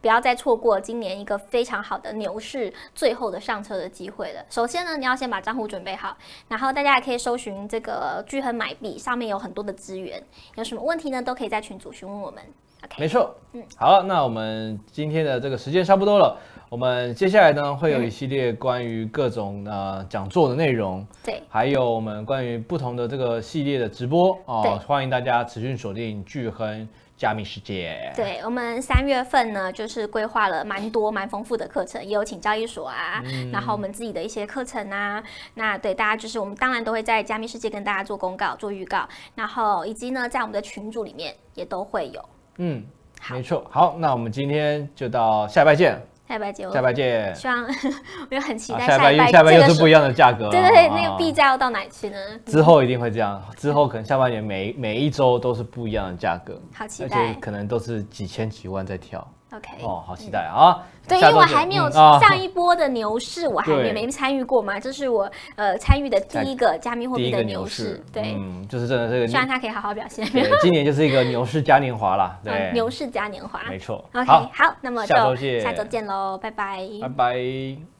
[SPEAKER 1] 不要再错过今年一个非常好的牛市最后的上车的机会了。首先呢，你要先把账户准备好，然后大家也可以搜寻这个聚亨买币，上面有很多的资源，有什么问题呢，都可以在群组询问我们。OK，
[SPEAKER 2] 没错，嗯，好，那我们今天的这个时间差不多了，我们接下来呢会有一系列关于各种呃讲座的内容，
[SPEAKER 1] 对，
[SPEAKER 2] 还有我们关于不同的这个系列的直播
[SPEAKER 1] 对
[SPEAKER 2] 哦，欢迎大家持续锁定聚亨加密世界。
[SPEAKER 1] 对我们三月份呢，就是规划了蛮多蛮丰富的课程，也有请交易所啊，
[SPEAKER 2] 嗯
[SPEAKER 1] 然后我们自己的一些课程啊。那对大家就是我们当然都会在加密世界跟大家做公告、做预告，然后以及呢在我们的群组里面也都会有。
[SPEAKER 2] 嗯，
[SPEAKER 1] 好
[SPEAKER 2] 没错。好，那我们今天就到下拜见，
[SPEAKER 1] 下一拜节目
[SPEAKER 2] 下，拜见。
[SPEAKER 1] 希望我也很期
[SPEAKER 2] 啊
[SPEAKER 1] 待
[SPEAKER 2] 下
[SPEAKER 1] 下一
[SPEAKER 2] 拜
[SPEAKER 1] 拜
[SPEAKER 2] 下拜
[SPEAKER 1] 这
[SPEAKER 2] 又
[SPEAKER 1] 个
[SPEAKER 2] 是
[SPEAKER 1] 时
[SPEAKER 2] 不一样的价格了。
[SPEAKER 1] 对对对，
[SPEAKER 2] 啊
[SPEAKER 1] 那个币价要到哪里去呢？
[SPEAKER 2] 之后一定会这样，之后可能下半年每每一周都是不一样的价格，
[SPEAKER 1] 嗯好期
[SPEAKER 2] 而
[SPEAKER 1] 待
[SPEAKER 2] 且可能都是几千几万在跳。
[SPEAKER 1] OK，
[SPEAKER 2] 哦，好期待
[SPEAKER 1] 哎
[SPEAKER 2] 啊！
[SPEAKER 1] 嗯对，因
[SPEAKER 2] 下
[SPEAKER 1] 为
[SPEAKER 2] 周
[SPEAKER 1] 我
[SPEAKER 2] 见
[SPEAKER 1] 还没有
[SPEAKER 2] 嗯啊
[SPEAKER 1] 上一波的牛市，我还没
[SPEAKER 2] 对
[SPEAKER 1] 没参与过嘛，这是我呃参与的第一个加密货
[SPEAKER 2] 第
[SPEAKER 1] 币
[SPEAKER 2] 一
[SPEAKER 1] 的
[SPEAKER 2] 个
[SPEAKER 1] 牛
[SPEAKER 2] 牛
[SPEAKER 1] 市
[SPEAKER 2] 市，，
[SPEAKER 1] 对。
[SPEAKER 2] 嗯，就是真的这个
[SPEAKER 1] 希望它可以 [LAUGHS] 好好表现。
[SPEAKER 2] 对，今年就是一个牛市嘉年华啦，对
[SPEAKER 1] [LAUGHS] 嗯，牛市嘉年华。
[SPEAKER 2] 没错。
[SPEAKER 1] OK，
[SPEAKER 2] 好，
[SPEAKER 1] 好，那么就
[SPEAKER 2] 下周见
[SPEAKER 1] 下周见喽，拜拜。
[SPEAKER 2] 拜拜。